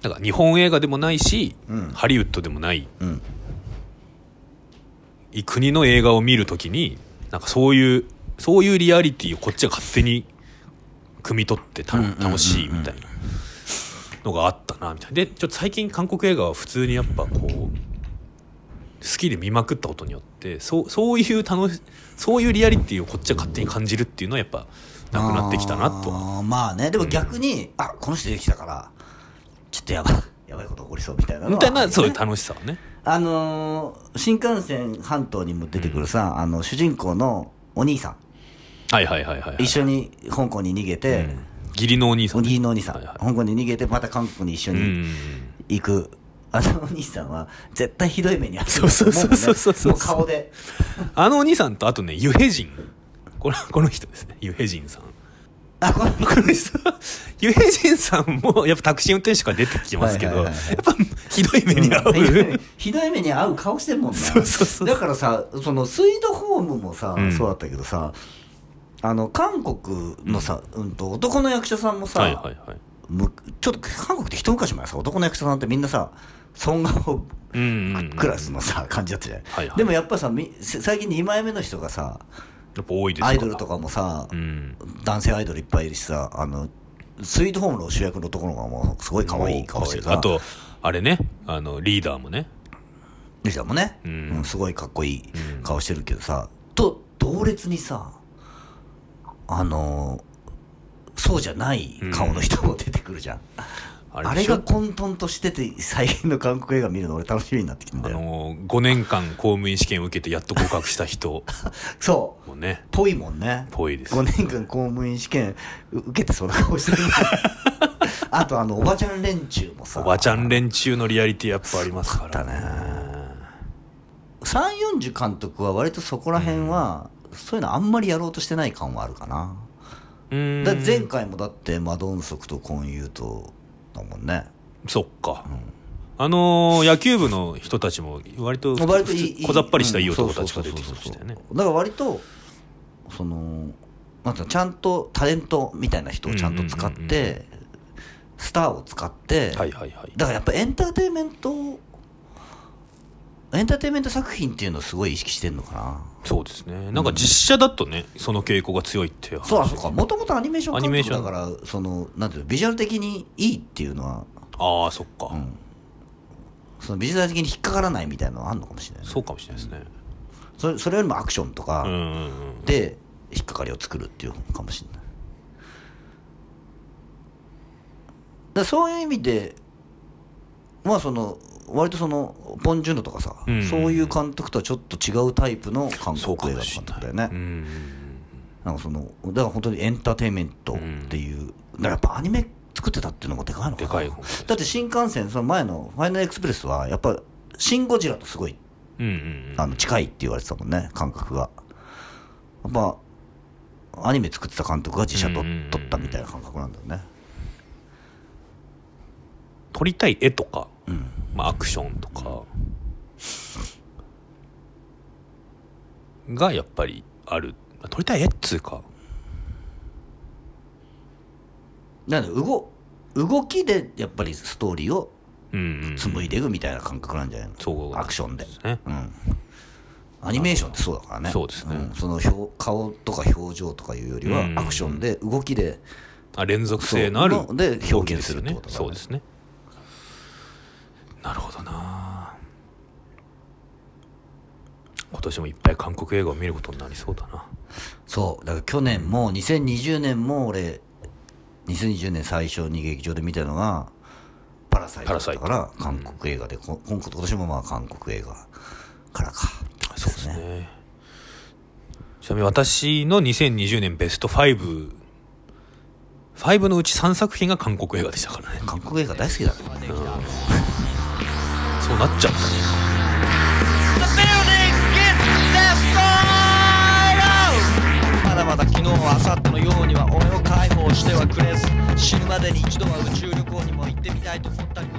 B: なんか日本映画でもないし、
A: うん
B: ハリウッドでもない
A: うん
B: い国の映画を見るときになんかそういうそういうリアリティをこっちが勝手に汲み取ってた楽しいみたいなのがあったなみたいなでちょっと最近韓国映画は普通にやっぱこう好きで見まくったことによってそうそういう楽しそういうリアリティをこっちが勝手に感じるっていうのはやっぱなくなってきたなとは
A: あーまあねでも逆に、あこの人できたからちょっとやばいやばいこと起こりそうみたいなのは
B: みたい
A: ある
B: な
A: よ
B: そうい
A: ね
B: う楽しさはね
A: あのー新幹線半島にも出てくるさ、あの主人公のお兄さん
B: はいはいはいはい、はい、
A: 一緒に香港に逃げて、
B: 義理のお兄さ
A: お
B: ん
A: 義理のお兄さん、
B: はいはい
A: 香港に逃げてまた韓国に一緒
B: う
A: に
B: ん
A: 行く、あのお兄さんは絶対ひどい目に遭って
B: そうそうそうそうそうそう
A: もう顔で
B: あのお兄さんとあとねユヘジンこれこの人ですねユヘジンさん
A: ああこの人
B: これさユヘジンさんもやっぱタクシー運転手から出てきてますけど、
A: はいはいはいはい
B: やっぱひどい目に遭う、
A: うんひどい目に遭う顔してるもんな
B: そうそうそう
A: だからさその水道ホームもさ、
B: ん
A: そうだったけどさあの韓国のさ、うん、と男の役者さんもさ、
B: はいはいはい
A: むちょっと韓国って一昔前さ男の役者さんってみんなさ孫顔
B: うんうんうん
A: クラスのさ感じだったじゃない、
B: はいはい
A: でもやっぱさみ最近2枚目の人がさ
B: やっぱ多いですよ
A: アイドルとかもさ、
B: うん
A: 男性アイドルいっぱいいるしさあのスイートホームの主役のところがもうすごい可愛い顔してるさ
B: あとあれねあのリーダーもね
A: リーダーもね、
B: うん
A: うんすごいかっこいい
B: うん
A: 顔してるけどさ、と同列にさあのそうじゃない顔の人も出てくるじゃん、
B: あ
A: あ
B: で
A: れ
B: しょ
A: が混沌としてて最近の韓国映画見るの俺楽しみになってきてん
B: あ
A: だよ
B: の5年間公務員試験を受けてやっと合格した人
A: そう
B: もね
A: ぽいもんね
B: ぽいです
A: 5年間公務員試験う受けてそんな顔 してるあとあのおばちゃん連中もさ
B: おばちゃん連中のリアリティやっぱありますから
A: すごか3四4 0監督は割とそこら辺は、そういうのあんまりやろうとしてない感はあるかな、
B: うん
A: だ前回もだってマドンソクとコンユーとだもんね
B: そっか、あのー野球部の人たちも割と
A: 割といい
B: 小ざっぱりしたい
A: う
B: い
A: ん
B: 男たちが出
A: そう
B: て
A: そ
B: き
A: うそう
B: まし
A: そ
B: た
A: う
B: よね
A: だから割とそのなんていうのちゃんとタレントみたいな人をちゃんと使って、
B: うんうんうん
A: スターを使って、
B: はいはいはい
A: だからやっぱエンターテインメントエンターテインメント作品っていうのをすごい意識してんのかな
B: そうですねなんか実写だとねその傾向が強いって話
A: そうあそうかもともとアニメーション
B: アニメ
A: 監
B: ーシ
A: 督
B: ョ
A: だ
B: ン
A: からそのなんていうのビジュアル的にいいっていうのは
B: ああそっか、
A: うんそのビジュアル的に引っかからないみたいなのはあるのかもしれないね
B: そうかもしれないですね
A: それそれよりもアクションと
B: うん
A: か
B: うんうん
A: で引っかかりを作るっていうのかもしれないだからそういう意味でまあその割とそのポン・ジュノとかさ、
B: うん
A: そういう監督とはちょっと違うタイプの韓
B: そうか
A: 国映
B: も
A: 画の
B: し
A: 監
B: れ
A: 督
B: な
A: だよね
B: いうんうん
A: なんかそのだから本当にエンターテインメントっていう、だからやっぱアニメ作ってたっていうのがでかいの
B: うん
A: か
B: で
A: な
B: かい方
A: だって新幹線その前の「ファイナルエクスプレス」はやっぱ「シン・ゴジラ」とすごい
B: うんうん
A: あの近いって言われてたもんね感覚がやっぱアニメ作ってた監督が自社と
B: うんうんうん
A: 撮ったみたいな感覚なんだよね
B: 撮りたい絵とか、
A: ん
B: まあ、アクションとかがやっぱりある撮りたい絵っつうか
A: なんで動動きでやっぱりストーリーを
B: うんうん
A: 紡いでいくみたいな感覚なんじゃないの、
B: そう
A: アクションで
B: ですね
A: うんアニメーションってそうだからね
B: そうですね
A: んその表顔とか表情とかいうよりは
B: うん
A: アクションで動きで
B: あ連続性のある
A: そうので表現するってことだね
B: そうですねなるほどな今年もいっぱい韓国映画を見ることになりそうだな
A: そうだから去年も2020年も俺2020年最初に劇場で見たのが「パラサイト」だったから韓国映画で、こ今今年もまあ韓国映画からか
B: そうですねちなみに私の2020年ベスト55のうち3作品が韓国映画でしたからね
A: 韓国映画大好きだからね
B: そうなっちゃったね
C: the building gets left on! まだまだ昨日明後日のようには俺を解放してはくれず死ぬまでに一度は宇宙旅行にも行ってみたいと思ったりも